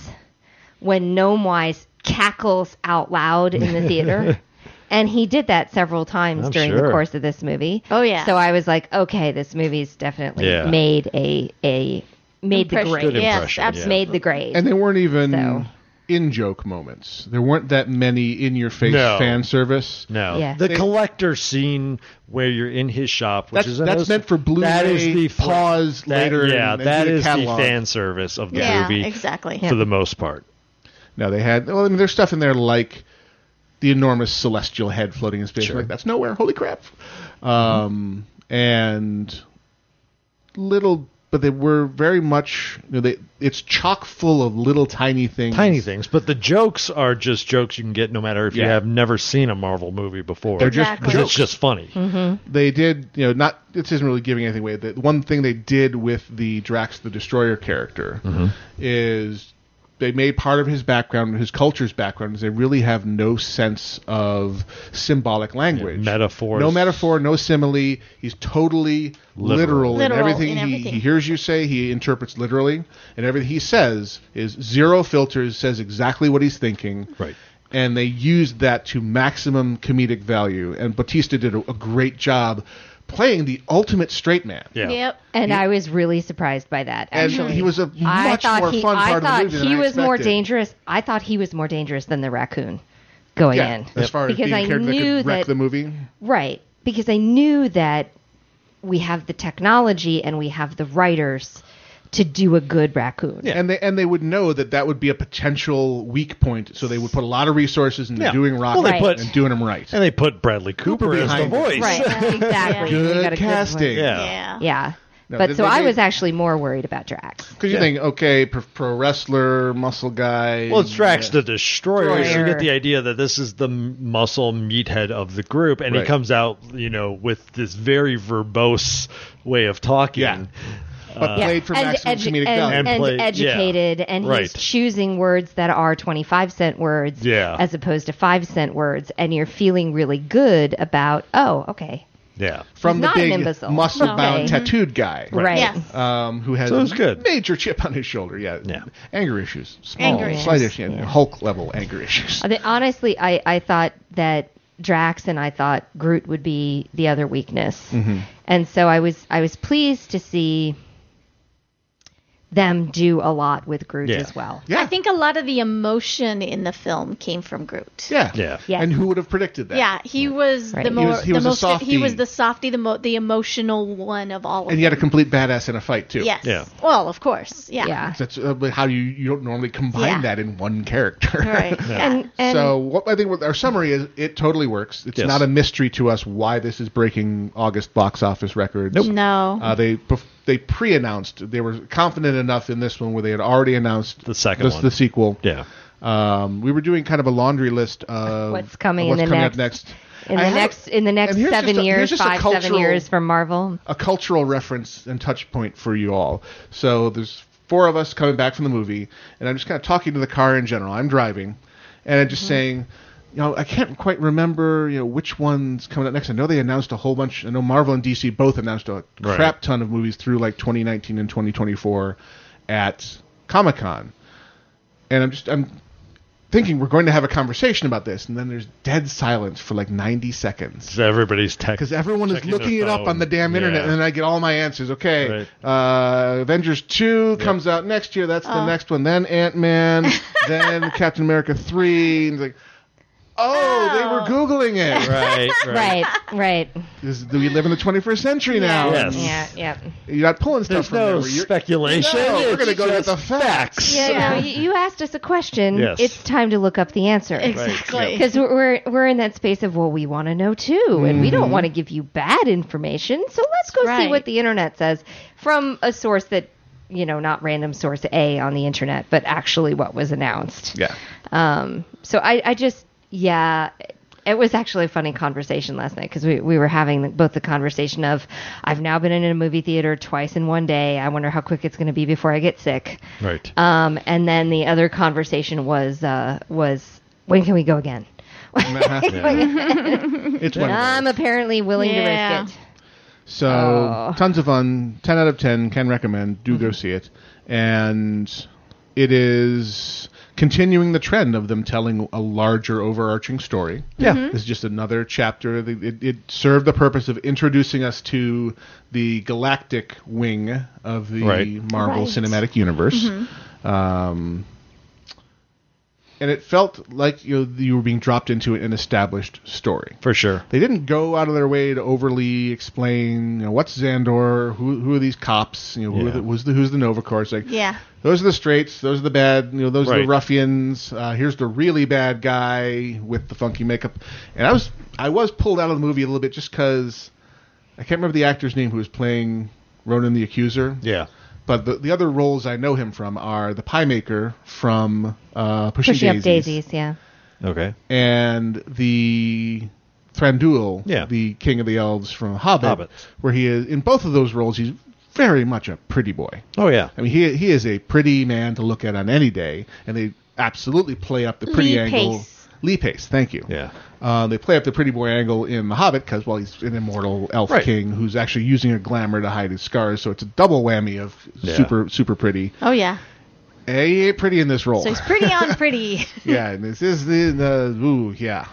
D: when Gnomewise cackles out loud in the theater. And he did that several times
F: I'm
D: during
F: sure.
D: the course of this movie.
E: Oh, yeah.
D: So I was like, okay, this movie's definitely
F: Yeah.
D: made a a made the
E: Impression.
D: grade.
F: Good
E: Yes,
F: impression,
E: abs-
F: yeah.
D: Made the grade.
B: And they weren't even
D: So-
B: in joke moments. There weren't that many in your face
F: No.
B: fan service.
F: No,
D: Yeah.
F: the
B: They-
F: collector scene where you're in his shop, which
B: That's-
F: is
B: that's
F: another-
B: meant for Blu-ray
F: That is the fl-
B: pause
F: that-
B: later
F: Yeah,
B: and- and
F: that
B: do the
F: is the
B: catalog.
F: fan service of the
E: Yeah,
F: movie
E: exactly.
F: for the most part.
B: No, they had. Well, I mean, there's stuff in there like the enormous celestial head floating in space. Like that's nowhere. Holy crap! Um, and little, but they were very much. You know, they it's chock full of little tiny things.
F: Tiny things, but the jokes are just jokes you can get no matter if you
B: Yeah.
F: have never seen a Marvel movie before.
B: They're just
F: 'Cause
E: Exactly.
B: jokes. Mm-hmm.
F: it's just funny.
B: they did, you know, not this isn't really giving anything away. The one thing they did with the Drax the Destroyer character
F: Mm-hmm.
B: is they made part of his background, his culture's background, is they really have no sense of symbolic language,
F: Yeah, metaphors.
B: no metaphor, no simile. He's totally literal, in
E: Literal
B: everything,
E: in
B: he,
E: everything.
B: he hears you say. He interprets literally, and everything he says is zero filters, says exactly what he's thinking,
F: Right.
B: and they used that to maximum comedic value. And Batista did a, a great job playing the ultimate straight man.
F: Yeah.
E: Yep.
D: And I was really surprised by that.
B: And
D: Actually,
B: he was a
D: I
B: much
D: thought
B: more
D: he,
B: fun
D: I
B: part of
D: thought
B: the movie than
D: he
B: I
D: was more
B: expected.
D: dangerous. I thought he was more dangerous than the raccoon going
B: Yeah,
D: in.
B: as far as
D: because
B: being
D: I
B: a character that
D: knew
B: could wreck
D: that
B: the movie.
D: right because I knew that we have the technology and we have the writers to do a good raccoon.
B: And they and they would know that that would be a potential weak point, so they would put a lot of resources into
F: Yeah.
B: doing
F: Well,
B: Rocket
F: they
D: Right.
F: put-
B: and doing him right.
F: And they put Bradley Cooper,
B: Cooper
F: as the
B: behind it.
F: voice.
D: Right, exactly.
E: Yeah.
D: We
B: Good
D: got a
B: casting.
D: Good one.
F: Yeah.
E: Yeah.
D: yeah.
B: No,
D: but
B: they-
D: so
B: they
D: I
B: did-
D: was actually more worried about Drax.
B: Because you think, okay, pro, pro wrestler, muscle guy.
F: Well, it's Drax the Destroyer, so you
D: Destroyer.
F: get the idea that this is the m- muscle meathead of the group, and
B: Right.
F: he comes out, you know, with this very verbose way of talking.
B: Yeah. but
D: Yeah.
B: played for maximum
D: edu-
B: comedic value.
D: and,
F: And played- yeah.
D: educated, and he's
F: Right.
D: choosing words that are 25 cent words
F: Yeah.
D: as opposed to 5 cent words, and you're feeling really good about, oh, okay.
F: Yeah.
B: from
D: He's
B: the
D: not an
B: big
D: imbecile.
B: muscle bound
D: Okay.
B: tattooed guy.
D: Right.
E: Yes.
B: Um, who has
F: So
B: a
F: it's good.
B: major chip on his shoulder. Yeah.
F: Yeah.
B: Anger issues. Small,
E: Anger issues.
B: slight issues. yeah, Hulk level anger issues.
D: I mean, Uh, honestly, I, I thought that Drax and I thought Groot would be the other weakness.
F: Mm-hmm.
D: And so I was I was pleased to see them do a lot with Groot
F: Yeah.
D: as well.
B: Yeah.
E: I think a lot of the emotion in the film came from Groot.
B: Yeah.
F: Yeah.
D: Yes.
B: And who would have predicted that?
E: Yeah, he was
D: Right.
E: the
D: He
E: more
B: was- he
E: the
B: was a
E: most he
B: softie.
E: was the softy, the mo- the emotional one of all of
B: And
E: them.
B: yet a complete badass in a fight too.
E: Yes.
F: Yeah.
E: Well, of course. Yeah.
D: Yeah.
B: That's uh, but how you you don't normally combine
E: Yeah.
B: that in one character.
E: Right.
D: And, and
B: so what I think what our summary is, it totally works. It's
F: Yes.
B: not a mystery to us why this is breaking August box office records.
F: Nope.
E: No.
B: Uh, they bef- they pre-announced. They were confident enough in this one where they had already announced
F: The second
B: this-
F: one.
B: the sequel.
F: Yeah.
B: Um, we were doing kind of a laundry list of
D: What's coming
B: of
D: in
B: what's
D: the
B: coming up
D: next-
B: next.
D: in the
B: I have-
D: next in the next
B: and here's
D: seven
B: just a- here's
D: years,
B: just a
D: five seven
B: cultural-
D: years from Marvel,
B: a cultural reference and touch point for you all. So there's four of us coming back from the movie, and I'm just kind of talking to the car in general. I'm driving, and I'm just saying, you know, I can't quite remember, you know, which one's coming up next. I know they announced a whole bunch. I know Marvel and DC both announced a
F: Right.
B: crap ton of movies through like 2019 and 2024 at Comic Con, and I'm just I'm thinking we're going to have a conversation about this, and then there's dead silence for like 90 seconds
F: So everybody's tech.
B: because everyone is
F: Checking their
B: looking it up
F: phone.
B: on the damn internet,
F: Yeah.
B: and then I get all my answers. Okay, uh, Avengers two comes out next year. That's the next one. Then Ant Man. then Captain America three. And it's like, oh, they were googling it.
F: Right. Right.
D: right? Right.
B: This- we live in the 21st century now.
F: Yes.
D: Yeah. Yeah.
B: You're not pulling stuff
F: There's
B: from
F: no
B: memory. You're-
F: speculation.
B: No, we're
F: It's
B: gonna go with
F: just
B: the facts.
D: Yeah.
E: Yeah.
D: No, you, you asked us a question.
F: Yes.
D: It's time to look up the answer.
E: exactly.
D: Because we're, we're we're in that space of well, we want to know too, and we don't want to give you bad information. So let's go see
E: Right.
D: what the internet says from a source that you know, not random source A on the internet, but actually what was announced.
B: Yeah.
D: Um, so I, I just, yeah, it was actually a funny conversation last night because we, we were having the, both the conversation of, I've now been in a movie theater twice in one day. I wonder how quick it's going to be before I get sick.
F: Right.
D: Um, and then the other conversation was, uh, was when can we go again?
B: Uh-huh. It's one. of those.
D: I'm apparently willing to
E: Yeah.
D: risk it.
B: So tons of fun. Ten out of ten. Can recommend. Do go see it. And it is continuing the trend of them telling a larger overarching story.
F: Yeah. Mhm.
B: It's just another chapter. The- It, it served the purpose of introducing us to the galactic wing of the
F: Right.
B: Marvel
E: Right.
B: Cinematic Universe. Um, and it felt like you, know, you were being dropped into an established story
F: for sure.
B: they didn't go out of their way to overly explain you know, what's Xandor, who who are these cops, you know, who are
F: Yeah.
B: the, who's the who's the Nova Corps. It's Like,
E: Yeah.
B: those are the straights, those are the bad, you know, those are the
F: Right.
B: ruffians. Uh, here's the really bad guy with the funky makeup. And I was I was pulled out of the movie a little bit just because I can't remember the actor's name who was playing Ronan the Accuser.
F: Yeah.
B: But the, the other roles I know him from are the pie maker from uh, Pushing,
D: Pushing up
B: Daisies
D: daisies, yeah.
F: Okay.
B: and the Thranduil,
F: Yeah.
B: the king of the elves from Hobbit,
F: Hobbit.
B: where he is in both of those roles, he's very much a pretty boy.
F: Oh yeah.
B: I mean, he he is a pretty man to look at on any day, and they absolutely play up the pretty
E: Lee
B: angle.
E: Pace.
B: Lee Pace, thank you.
F: Yeah.
B: Uh, they play up the pretty boy angle in The Hobbit because, well, he's an immortal elf
F: Right.
B: king who's actually using a glamour to hide his scars, so it's a double whammy of
F: Yeah.
B: super, super pretty.
E: Oh yeah.
B: And he ain't pretty in this role.
E: So he's pretty on pretty.
B: yeah, and this is the, the ooh, yeah.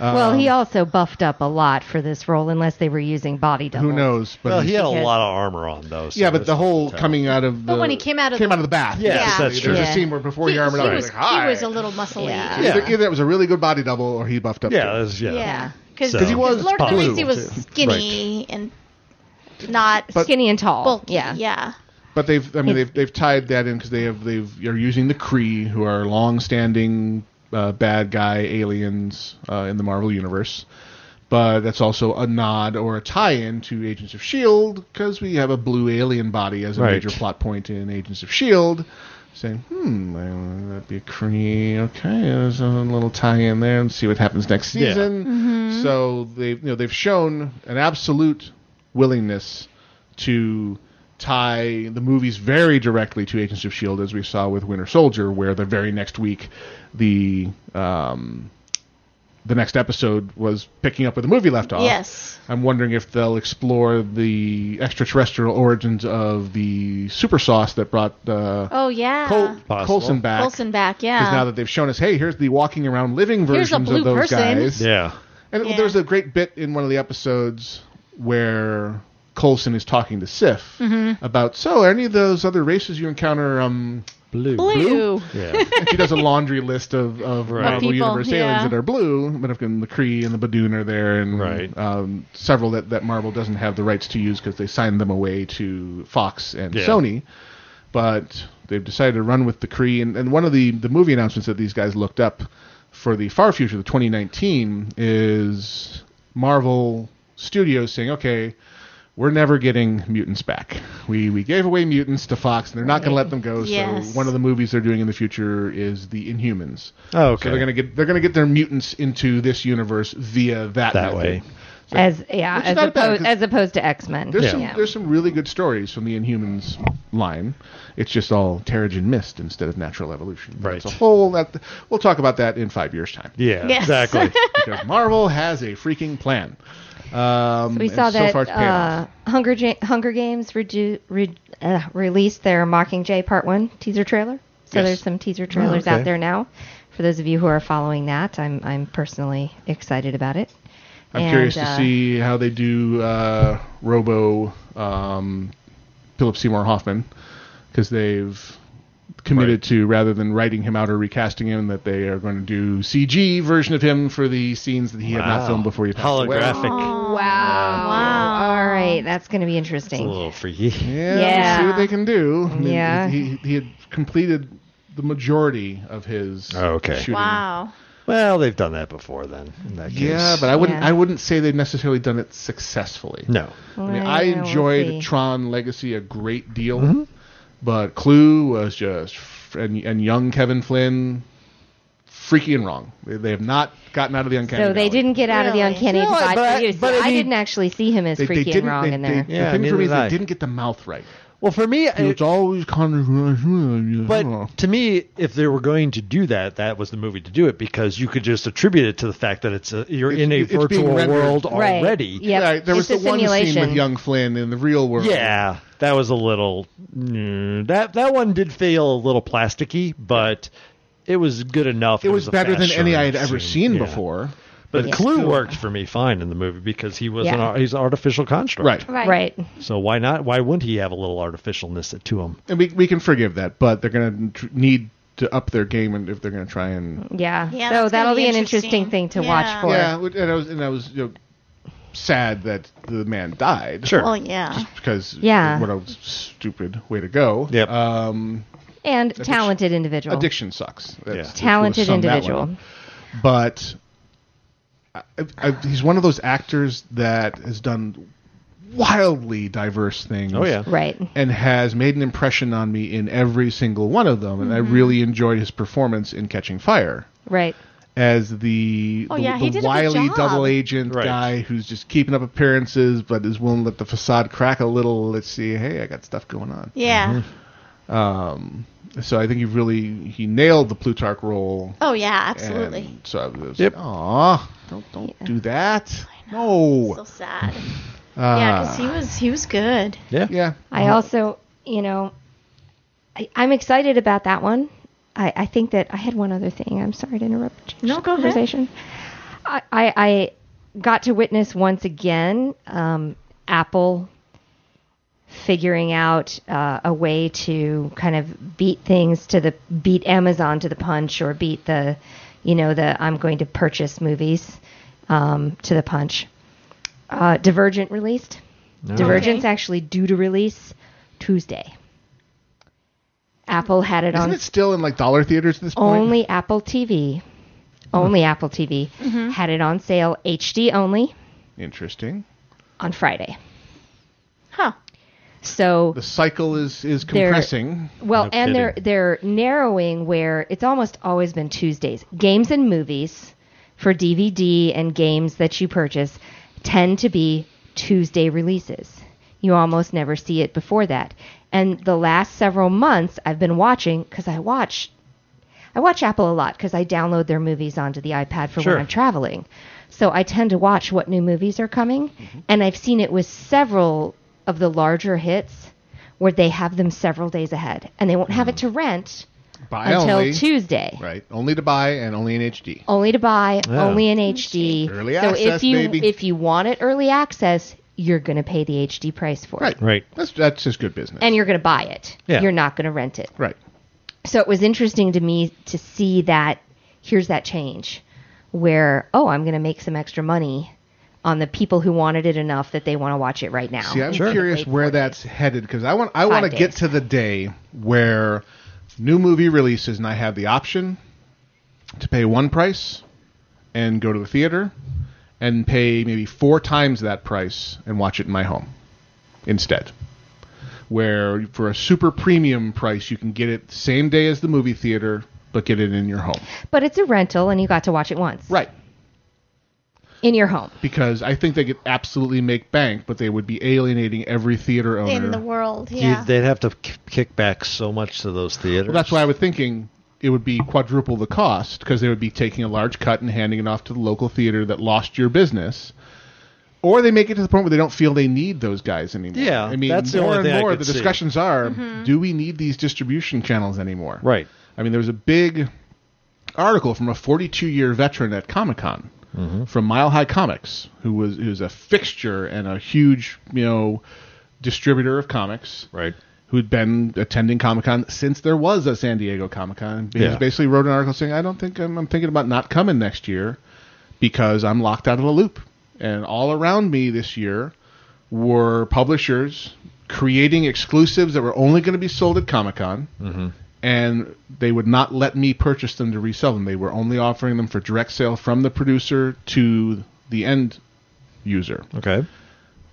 D: well, he also buffed up a lot for this role, unless they were using body doubles.
B: Who knows? But
F: Well,
B: he's-
F: he had a
D: Because-
F: lot of armor on though. so
B: Yeah, but
F: it's
B: the
F: hard to
B: whole
F: tell.
B: coming out of the
E: But when he came out of
B: came
E: the-
B: out of the bath.
F: Yeah,
E: Yeah.
F: that's true.
B: There's
D: Yeah.
B: a scene where before he, armored
E: he
B: up,
E: was,
B: he's like, hi.
E: he was a little muscly.
D: Yeah.
B: Either,
F: Yeah.
B: either that was a really good body double or he buffed up.
F: Yeah,
B: too.
F: that's, yeah.
E: Yeah. Because
F: So- 'Cause he
B: was
E: Lord
F: popular.
E: Khaleesi was
B: Right.
E: skinny and not
D: Skinny and tall.
E: bulky.
D: yeah.
E: Yeah.
B: But they've, I mean,
D: He's-
B: they've, they've tied that in because they have, they've, you're using the Kree, who are long-standing uh, bad guy aliens uh, in the Marvel universe. But that's also a nod or a tie-in to Agents of Shield because we have a blue alien body as a
F: Right.
B: major plot point in Agents of Shield. E Saying, hmm, uh, that'd be a Kree. Okay, there's a little tie-in there, and see what happens next
F: Yeah.
B: season. So they've you know they've shown an absolute willingness to tie the movies very directly to Agents of Shield, E as we saw with Winter Soldier, where the very next week the um, the next episode was picking up where the movie left off.
E: Yes.
B: I'm wondering if they'll explore the extraterrestrial origins of the super sauce that brought uh,
E: Oh yeah.
B: Col-
F: Possible.
B: Coulson back.
E: Coulson back. Yeah.
B: Because now that they've shown us, hey, here's the walking around living
E: Here's a
B: versions
E: blue
B: of those
E: person.
B: guys.
F: Yeah.
B: And
E: Yeah.
B: there's a great bit in one of the episodes where Colson is talking to Sif about, so are any of those other races you encounter? Um,
F: Blue.
E: Blue.
F: Yeah.
B: and she does a laundry list of, of Marvel
E: people,
B: Universe aliens
E: yeah.
B: that are blue, but of course the Kree and the Badoon are there, and
F: Right.
B: um, several that, that Marvel doesn't have the rights to use because they signed them away to Fox and
F: Yeah.
B: Sony. But they've decided to run with the Kree, and, and one of the, the movie announcements that these guys looked up for the far future, the 2019, is Marvel Studios saying, okay, we're never getting mutants back. We we gave away mutants to Fox, and they're not going to let them go.
E: Yes.
B: So one of the movies they're doing in the future is the Inhumans.
F: Oh, okay.
B: So they're going to get they're going to get their mutants into this universe via that
F: That
B: method.
F: way.
D: As yeah,
B: Which is
D: as
B: not bad,
D: opposed,
B: 'cause
D: as opposed to X Men.
B: There's
F: Yeah.
B: some there's some really good stories from the Inhumans line. It's just all Terrigen mist instead of natural evolution. But
F: Right.
B: It's a whole that we'll talk about that in five years time.
F: Yeah.
E: Yes.
F: Exactly.
B: Because Marvel has a freaking plan. Um,
D: we
B: and
D: saw that
B: so far it's paying off.
D: uh, Hunger Ja- Hunger Games redu- re- uh, released their Mockingjay Part One teaser trailer. So
B: Yes.
D: there's some teaser trailers
F: okay.
D: out there now. For those of you who are following that, I'm I'm personally excited about it.
B: I'm
D: And,
B: curious to
D: uh,
B: see how they do uh, Robo um, Philip Seymour Hoffman because they've committed
F: Right.
B: to rather than writing him out or recasting him that they are going to do CG version of him for the scenes that he had not
F: Wow.
B: filmed before he passed away.
F: Holographic.
D: Wow.
E: Wow.
D: uh, All right, that's going to be
F: It's a
D: interesting.
F: little freaky.
B: Yeah,
D: Yeah.
B: Let's see what they can do. I mean,
D: Yeah.
B: he, he had completed the majority of his
F: Oh, okay.
B: shooting.
E: Wow.
F: Well, they've done that before then. In that case.
B: Yeah, but I wouldn't.
D: Yeah.
B: I wouldn't say they've necessarily done it successfully.
F: no.
B: I mean,
D: Well,
B: I
D: we'll
B: enjoyed
D: see.
B: Tron Legacy a great deal,
F: Mm-hmm.
B: but Clue was just f- and and young Kevin Flynn, freaky and wrong. They, they have not gotten out of the uncanny.
D: So they
B: valley.
D: didn't get out of the
E: Really?
D: uncanny
F: No,
D: divide
F: but-
D: for you. So
F: but I
D: I
F: mean-
D: didn't actually see him as
B: They, they
D: freaky and
B: didn't.
D: wrong
B: they,
D: in
B: they-
D: there.
B: the
F: Yeah,
B: thing for
F: neither
B: me is
F: did
B: they
F: I.
B: didn't get the mouth right.
F: Well, for me,
B: it's always controversial.
F: But to me, if they were going to do that, that was the movie to do it because you could just attribute it to the fact that it's a, you're
B: It's-
F: in a
B: it's being
F: virtual
B: rendered.
F: world
D: Right.
F: already.
D: Yep.
B: Yeah, there was
D: It's a
B: the one scene with
D: simulation.
B: young Flynn in the real world.
F: Yeah, that was a little mm, that that one did feel a little plasticky, but it was good enough.
B: it was
F: a
B: better than
F: fast
B: any I had
F: shot
B: ever
F: scene.
B: seen
F: Yeah.
B: before.
F: But
B: Yeah.
F: Clue
B: still-
F: worked for me fine in the movie because he was
D: Yeah.
F: an ar- he's an artificial construct.
B: Right.
E: Right.
D: Right.
F: So why not? Why wouldn't he have a little artificialness to him?
B: and we we can forgive that, but they're going to need to up their game and if they're going to try and
D: Yeah.
E: Yeah,
D: so
E: that's gonna
D: that'll
E: be
D: be an
E: interesting.
D: interesting thing to
E: Yeah.
D: watch for.
B: yeah, which- and I was and I was you know, sad that the man died.
F: Sure.
E: Well, Oh, yeah.
B: Just because
D: Yeah.
B: what a stupid way to go.
F: Yep.
B: Um,
D: And talented individual.
B: addiction sucks. That's-
F: Yeah.
D: Talented
B: we'll sum that
D: individual.
B: one up. But I, I, he's one of those actors that has done wildly diverse things.
F: Oh yeah.
D: Right.
B: and has made an impression on me in every single one of them, and
D: Mm-hmm.
B: I really enjoyed his performance in Catching Fire
D: Right.
B: as the
E: Oh,
B: the,
E: yeah, he
B: the
E: did a good
B: wily
E: job.
B: double agent
F: Right.
B: guy who's just keeping up appearances but is willing to let the facade crack a little. Let's see, hey, I got stuff going on. Um,
E: Yeah.
B: So I think he really he nailed the Plutarch role.
E: Oh yeah, absolutely.
B: And so I was,
F: Yep.
B: aw, don't don't do that. No.
E: so sad.
B: Uh,
E: yeah, because he was he was good.
F: Yeah.
B: yeah.
D: I also, you know, I, I'm excited about that one. I, I think that I had one other thing. I'm sorry to interrupt.
E: No,
D: your
E: go ahead.
D: conversation. I, I, I got to witness once again um, Apple figuring out uh, a way to kind of beat things to the beat Amazon to the punch or beat the, you know, the I'm going to purchase movies um, to the punch. Uh, Divergent released. Divergent's actually due to release Tuesday. Apple had it
B: Isn't
D: on
B: it still in like dollar theaters at this point?
D: only Apple TV. Only Apple TV had it on sale HD only
B: Interesting.
D: on Friday.
E: Huh.
D: So
B: The cycle is is
D: They're-
B: compressing.
D: well, and they're
F: kidding.
D: they're narrowing where it's almost always been Tuesdays. Games and movies for DVD and games that you purchase tend to be Tuesday releases. You almost never see it before that. And the last several months, I've been watching because I watch, I watch Apple a lot because I download their movies onto the iPad for
F: Sure.
D: when I'm traveling. So I tend to watch what new movies are coming,
F: Mm-hmm.
D: and I've seen it with several of the larger hits where they have them several days ahead, and they won't have
F: Mm-hmm.
D: it to rent
B: Buy
D: until
B: only.
D: Tuesday.
B: Right. Only to buy and only in HD.
D: Only to buy,
F: Yeah.
D: only in HD.
B: Early
D: so
B: access,
D: if you
B: baby.
D: if you want it early access, you're going to pay the HD price for
B: Right.
D: it,
F: Right.
B: That's that's just good business.
D: and you're going to buy it.
F: Yeah.
D: You're not going to rent it.
B: right.
D: So it was interesting to me to see that here's that change where oh, I'm going to make some extra money on the people who wanted it enough that they want to watch it right now.
B: See, I'm
D: instead of
B: curious
D: wait
B: where
D: for it.
B: that's headed because I want I want to
D: Five
B: get
D: days.
B: to the day where new movie releases and I have the option to pay one price and go to the theater and pay maybe four times that price and watch it in my home instead. Where for a super premium price you can get it the same day as the movie theater but get it in your home.
D: But it's a rental, and you got to watch it once
B: Right.
D: in your home.
B: Because I think they could absolutely make bank, but they would be alienating every theater owner
E: In the world,
F: You-
E: yeah.
F: they'd have to k- kick back so much to those theaters.
B: Well, that's why I was thinking it would be quadruple the cost because they would be taking a large cut and handing it off to the local theater that lost your business. Or they make it to the point where they don't feel they need those guys anymore.
F: Yeah,
B: I mean,
F: that's the
B: more
F: only
B: and
F: thing I
B: more
F: could
B: the
F: see.
B: discussions are: do we need these distribution channels anymore?
F: Right.
B: I mean, there was a big article from a 42-year veteran at Comic Con
F: Mm-hmm.
B: from Mile High Comics, who was who's a fixture and a huge, you know, distributor of comics
F: Right.
B: who'd been attending Comic Con since there was a San Diego Comic Con. He
F: Yeah.
B: basically wrote an article saying, "I don't think I'm, I'm thinking about not coming next year because I'm locked out of the loop." And all around me this year were publishers creating exclusives that were only going to be sold at Comic Con. And they would not let me purchase them to resell them. They were only offering them for direct sale from the producer to the end user.
F: Okay.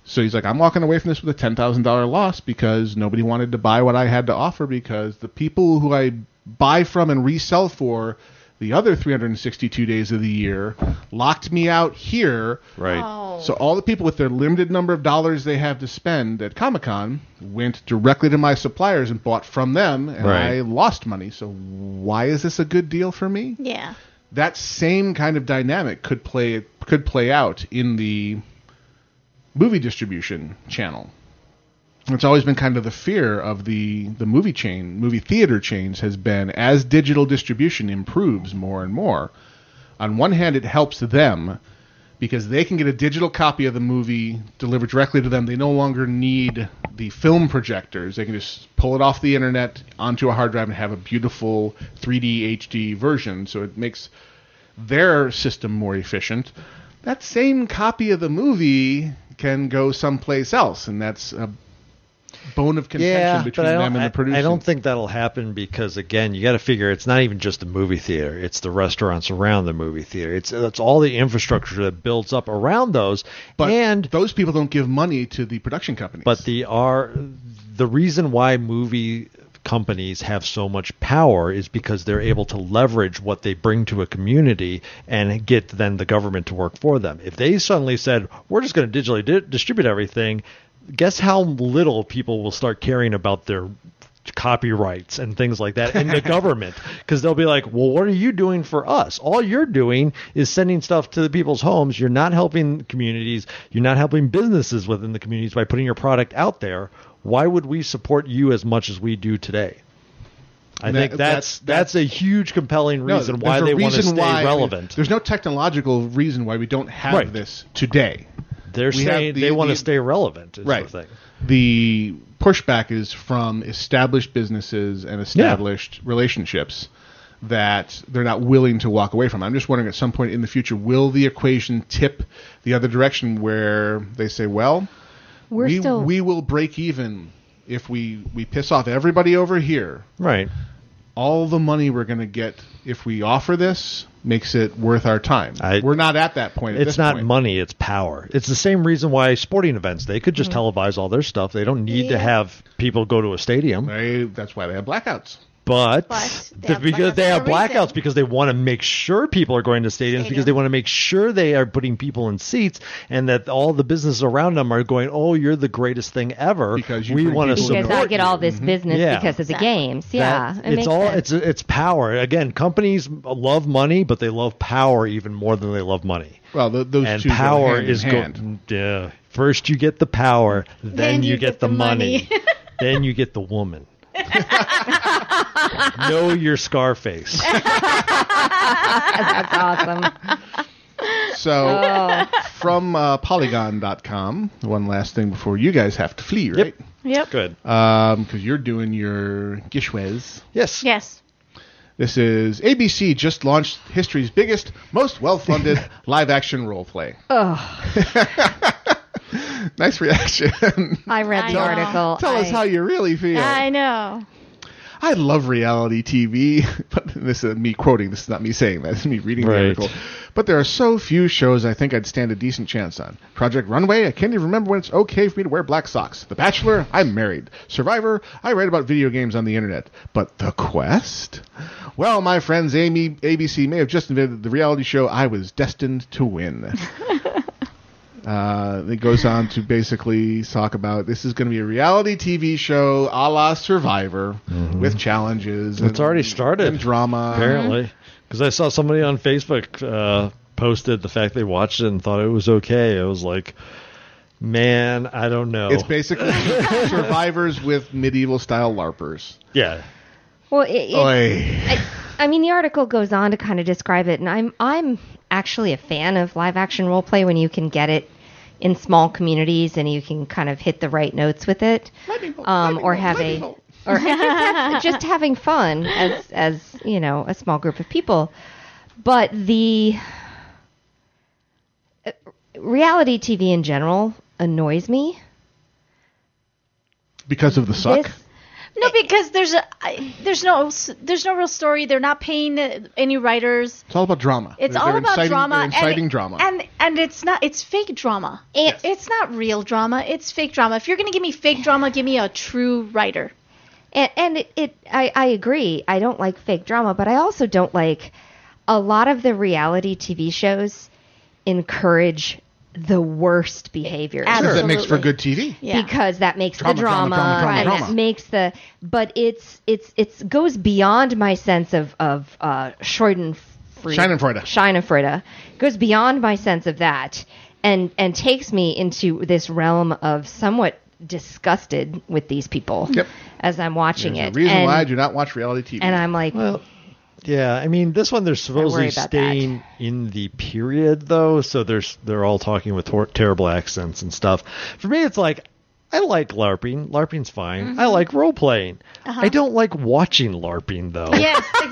B: So he's like, I'm walking away from this with a ten thousand dollar loss because nobody wanted to buy what I had to offer because the people who I buy from and resell for the other 362 days of the year locked me out here.
F: Right.
E: oh.
B: So all the people with their limited number of dollars they have to spend at Comic Con went directly to my suppliers and bought from them, and
F: Right.
B: I lost money. So why is this a good deal for me?
E: Yeah.
B: That same kind of dynamic could play could play out in the movie distribution channel. It's always been kind of the fear of the the movie chain, movie theater chains has been as digital distribution improves more and more. On one hand, it helps them because they can get a digital copy of the movie delivered directly to them. They no longer need the film projectors. They can just pull it off the internet onto a hard drive and have a beautiful 3D HD version. So it makes their system more efficient. That same copy of the movie can go someplace else, and that's a bone of contention between
F: I don't-
B: them and
F: I-
B: the producer.
F: I don't think that'll happen because again, you got to figure it's not even just the movie theater; it's the restaurants around the movie theater. It's that's all the infrastructure that builds up around those.
B: But
F: and
B: those people don't give money to the production companies.
F: But the are the reason why movie companies have so much power is because they're able to leverage what they bring to a community and get then the government to work for them. If they suddenly said, "We're just going to digitally di- distribute everything," guess how little people will start caring about their copyrights and things like that in the government because they'll be like well what are you doing for us all you're doing is sending stuff to the people's homes you're not helping communities you're not helping businesses within the communities by putting your product out there why would we support you as much as we do today i
B: That-
F: think that's that's, a huge compelling
B: No,
F: reason
B: there's
F: why
B: a
F: they want to
B: reason
F: stay
B: why-
F: relevant
B: There's no technological reason why we don't have
F: Right.
B: this today.
F: they're
B: we have
F: saying
B: the-
F: they want
B: the-
F: to stay relevant is
B: Right.
F: the thing
B: the pushback is from established businesses and established relationships that they're not willing to walk away from. I'm just wondering at some point in the future, will the equation tip the other direction where they say, well,
D: We're
B: we,
D: still-
B: we will break even if we, we piss off everybody over here.
F: right
B: All the money we're going to get if we offer this makes it worth our time.
F: I-
B: we're not at that point. at
F: It's
B: this
F: not
B: point.
F: money, it's power. It's the same reason why sporting events, they could just televise all their stuff. They don't need to have people go to a stadium.
B: They, that's why they have blackouts.
F: But,
E: But they
F: the-
E: have
F: because
E: blackouts
F: they
E: for a
F: have blackouts
E: reason.
F: because they want to make sure people are going to stadiums because they want to make sure they are putting people in seats and that all the businesses around them are going, "Oh, you're the greatest thing ever."
B: Because you
F: we
B: bring
F: want to
B: people
D: Because I
F: support
D: get
F: you."
D: all
B: Mm-hmm.
D: this business
F: Yeah.
D: because of the
E: Exactly.
D: games. Yeah,
F: That-
D: it
F: it's
D: makes
F: all
D: sense.
F: it's it's power. Again, companies love money, but they love power even more than they love money
B: Well, th- those
F: and
B: two go
F: power
B: hand in
F: is
B: hand.
F: good. Yeah. First you get the power, then, you, get, the money, then you get the woman. know your Scarface.
D: That's awesome.
B: So,
D: Oh.
B: from uh, Polygon.com, one last thing before you guys have to flee, right?
E: Yep.
F: Good.
B: Because you're doing your Gishwez.
F: Yes.
E: Yes.
B: This is ABC just launched history's biggest, most well funded live action role play. Oh. nice reaction.
D: I read the
E: know.
D: article.
B: Tell us
D: I-
B: how you really feel.
E: I know.
B: I love reality TV, but this is me quoting. This is not me saying that. This is me reading
F: Right.
B: the article. But there are so few shows I think I'd stand a decent chance on. Project Runway, I can't even remember when it's okay for me to wear black socks. The Bachelor, I'm married. Survivor, I read about video games on the internet. But The Quest? Well, my friends, E, Amy, ABC may have just invented the reality show I was destined to win. Uh, it goes on to basically talk about this is going to be a reality TV show a la Survivor with challenges.
F: It's already started.
B: And drama.
F: Apparently, because I saw somebody on Facebook uh, posted the fact they watched it and thought it was okay. I was like, man, I don't know.
B: It's basically survivors with medieval style LARPers.
F: yeah.
D: Well, it, it,
B: Oy.
D: I, I mean, the article goes on to kind of describe it, and I'm I'm actually a fan of live action role play when you can get it in small communities and you can kind of hit the right notes with it, um, or have a or just having fun as as you know a small group of people. But the uh, reality TV in general annoys me.
B: Because of the suck?
D: This-
E: No, because there's a I- there's no s- there's no real story. They're not paying uh, any writers.
B: it's all about drama.
E: It's
B: They're-
E: all
B: they're
E: about
B: inciting-
E: drama.
B: They're
E: and-
B: inciting drama.
E: And and it's not it's fake drama.
D: Yes.
E: It's not real drama. It's fake drama. If you're gonna give me fake drama, give me a true writer.
D: And, and it, it I, I agree. I don't like fake drama, but I also don't like a lot of the reality TV shows encourage the worst behavior.
B: Because that makes for good TV.
D: Because that makes
B: Drama,
D: the
B: drama,
D: drama,
B: drama, drama,
D: and
B: drama.
D: that makes the but it's it's it's goes beyond my sense of of uh Schadenfreude
B: Schadenfreude.
D: Schadenfreude goes beyond my sense of that and and takes me into this realm of somewhat disgusted with these people
B: Yep.
D: as I'm watching
B: There's
D: it.
B: a reason
D: and,
B: why I do not watch reality TV.
D: and I'm like
F: Well, yeah. I mean, this one they're supposedly
D: about that.
F: staying in the period though, so there's they're all talking with hor- terrible accents and stuff. For me, it's like I like LARPing. LARPing's fine. I
D: Mm-hmm.
F: like role playing.
D: Uh-huh.
F: I don't like watching LARPing though.
E: Yes,
D: God,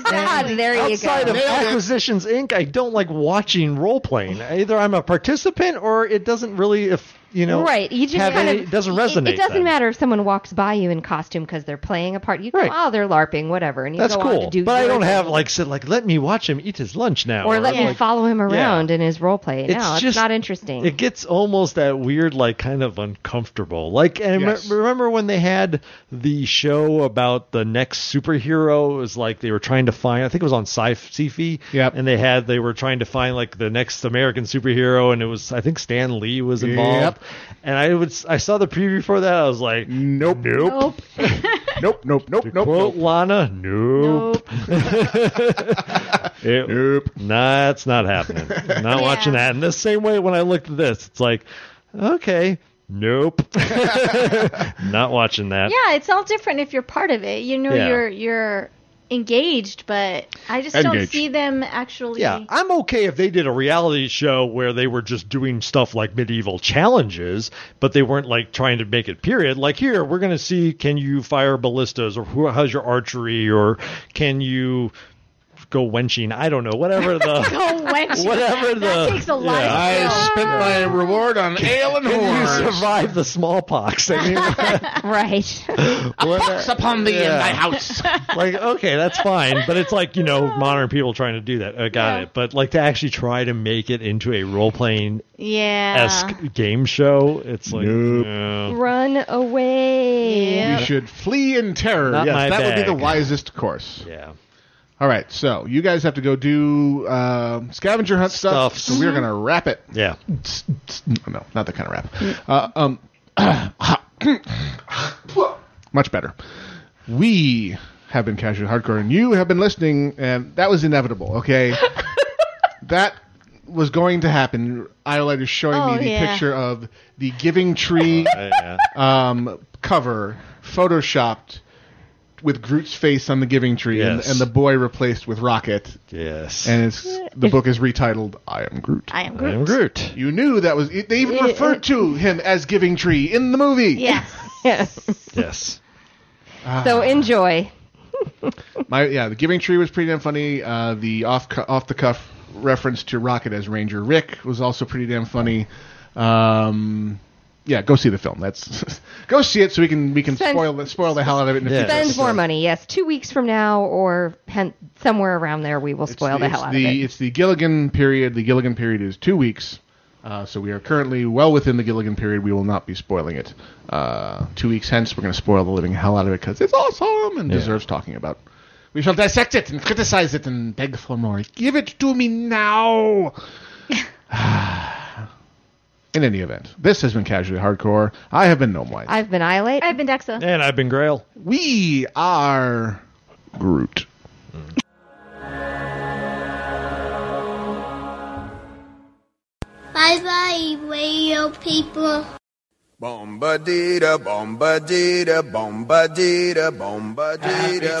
E: exactly.
D: there you
F: Outside
D: go.
F: of Acquisitions Inc., I don't like watching role playing. Either I'm a participant or it doesn't really, if you know,
D: right. You just
F: have
D: kind
F: any-
D: of
F: it doesn't
D: it-
F: resonate.
D: It, doesn't
F: then.
D: matter if someone walks by you in costume because they're playing a part. You go,
F: Right.
D: oh, they're larping, whatever, and you
F: That's
D: go on
F: cool,
D: to do.
F: but I
D: your
F: don't have
D: thing.
F: like said like let me watch him eat his lunch now,
D: or let me
F: like,
D: follow him around
F: yeah.
D: in his role play. No,
F: It's
D: it's,
F: just-
D: not interesting.
F: It gets almost that weird, like kind of uncomfortable. Like, and
B: Yes.
F: re- remember when they had the show about the next superhero? It was like they were trying to find. I think it was on sci Sci-Fi.
B: Yep.
F: And they had they were trying to find like the next American superhero, and it was I think Stan Lee was involved.
B: Yep.
F: And I would s- I saw the preview for that. I was like,
B: nope, nope, nope, nope, nope, nope, nope,
F: quote Lana, nope. It-
B: nope.
F: Nah, it's not happening. I'm not watching that. And the same way when I looked at this, it's like, okay, nope, not watching that.
E: Yeah, it's all different if you're part of it. You know,
F: Yeah.
E: you're you're engaged, but I just don't
B: Engaged.
E: see them actually.
F: Yeah, I'm okay if they did a reality show where they were just doing stuff like medieval challenges, but they weren't like trying to make it period. Like here, we're going to see can you fire ballistas or who how's your archery or can you go wenching? I don't know, whatever the
E: Oh, wench.
F: whatever the
E: that takes a lot.
F: yeah.
E: of skill.
B: I spent my reward on ale and
F: Can you
B: horse.
F: survive the smallpox? I mean,
D: right.
F: What-
B: upon thee
F: Yeah.
B: in thy house.
F: like okay that's fine but it's like you know modern people trying to do that i got
E: Yeah.
F: it but like to actually try to make it into a role-playing
E: yeah.
F: esque game show it's like
B: Nope.
F: yeah.
D: Run away.
E: Yeah.
B: You should flee in terror.
F: Not
B: yes,
F: my
B: that would
F: bag.
B: be the wisest course.
F: yeah
B: All right, so you guys have to go do uh, scavenger hunt stuff.
F: Stuff.
B: So we're gonna wrap it.
F: yeah
B: No, not that kind of rap. Uh, um, much better. We have been casual hardcore, and you have been listening, and that was inevitable. Okay, that was going to happen. Iolite is showing
E: Oh,
B: me the
E: yeah.
B: picture of the Giving Tree
F: yeah
B: um, cover photoshopped with Groot's face on the Giving Tree,
F: Yes.
B: and, and the boy replaced with Rocket,
F: yes
B: and it's the book is retitled "I Am Groot."
E: I am Groot.
F: i'm groot
B: You knew that was. They even referred to him as Giving Tree in the movie.
E: Yes.
F: yes Ah.
D: So enjoy.
B: My yeah, the Giving Tree was pretty damn funny. Uh, the off cu- off the cuff reference to Rocket as Ranger Rick was also pretty damn funny. Um, yeah, go see the film. That's go see it so we can we can
D: Spend-
B: spoil the, spoil the hell out of it. In the
F: Yeah.
B: future.
D: Spend
B: So
D: more money. Yes, two weeks from now or hen- somewhere around there, we will
B: it's
D: spoil the, hell
B: it's
D: out
B: the,
D: of it.
B: It's the Gilligan period. The Gilligan period is two weeks. Uh, so we are currently well within the Gilligan period. We will not be spoiling it. Uh, two weeks hence, we're going to spoil the living hell out of it because it's awesome and deserves talking about. We shall dissect it and criticize it and beg for more. Give it to me now. In any event, this has been Casually Hardcore. I have been Gnome White.
D: I've been Iolate.
E: I've been Dexa.
F: and i've been grail
B: we are Groot.
J: Bye bye, radio people.
I: Bombadita, bombadita, bombadita, bombadita, bombadita,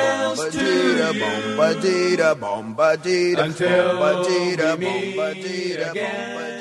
I: bombadita, bombadita, bombadita, bombadita, bombadita, bombadita.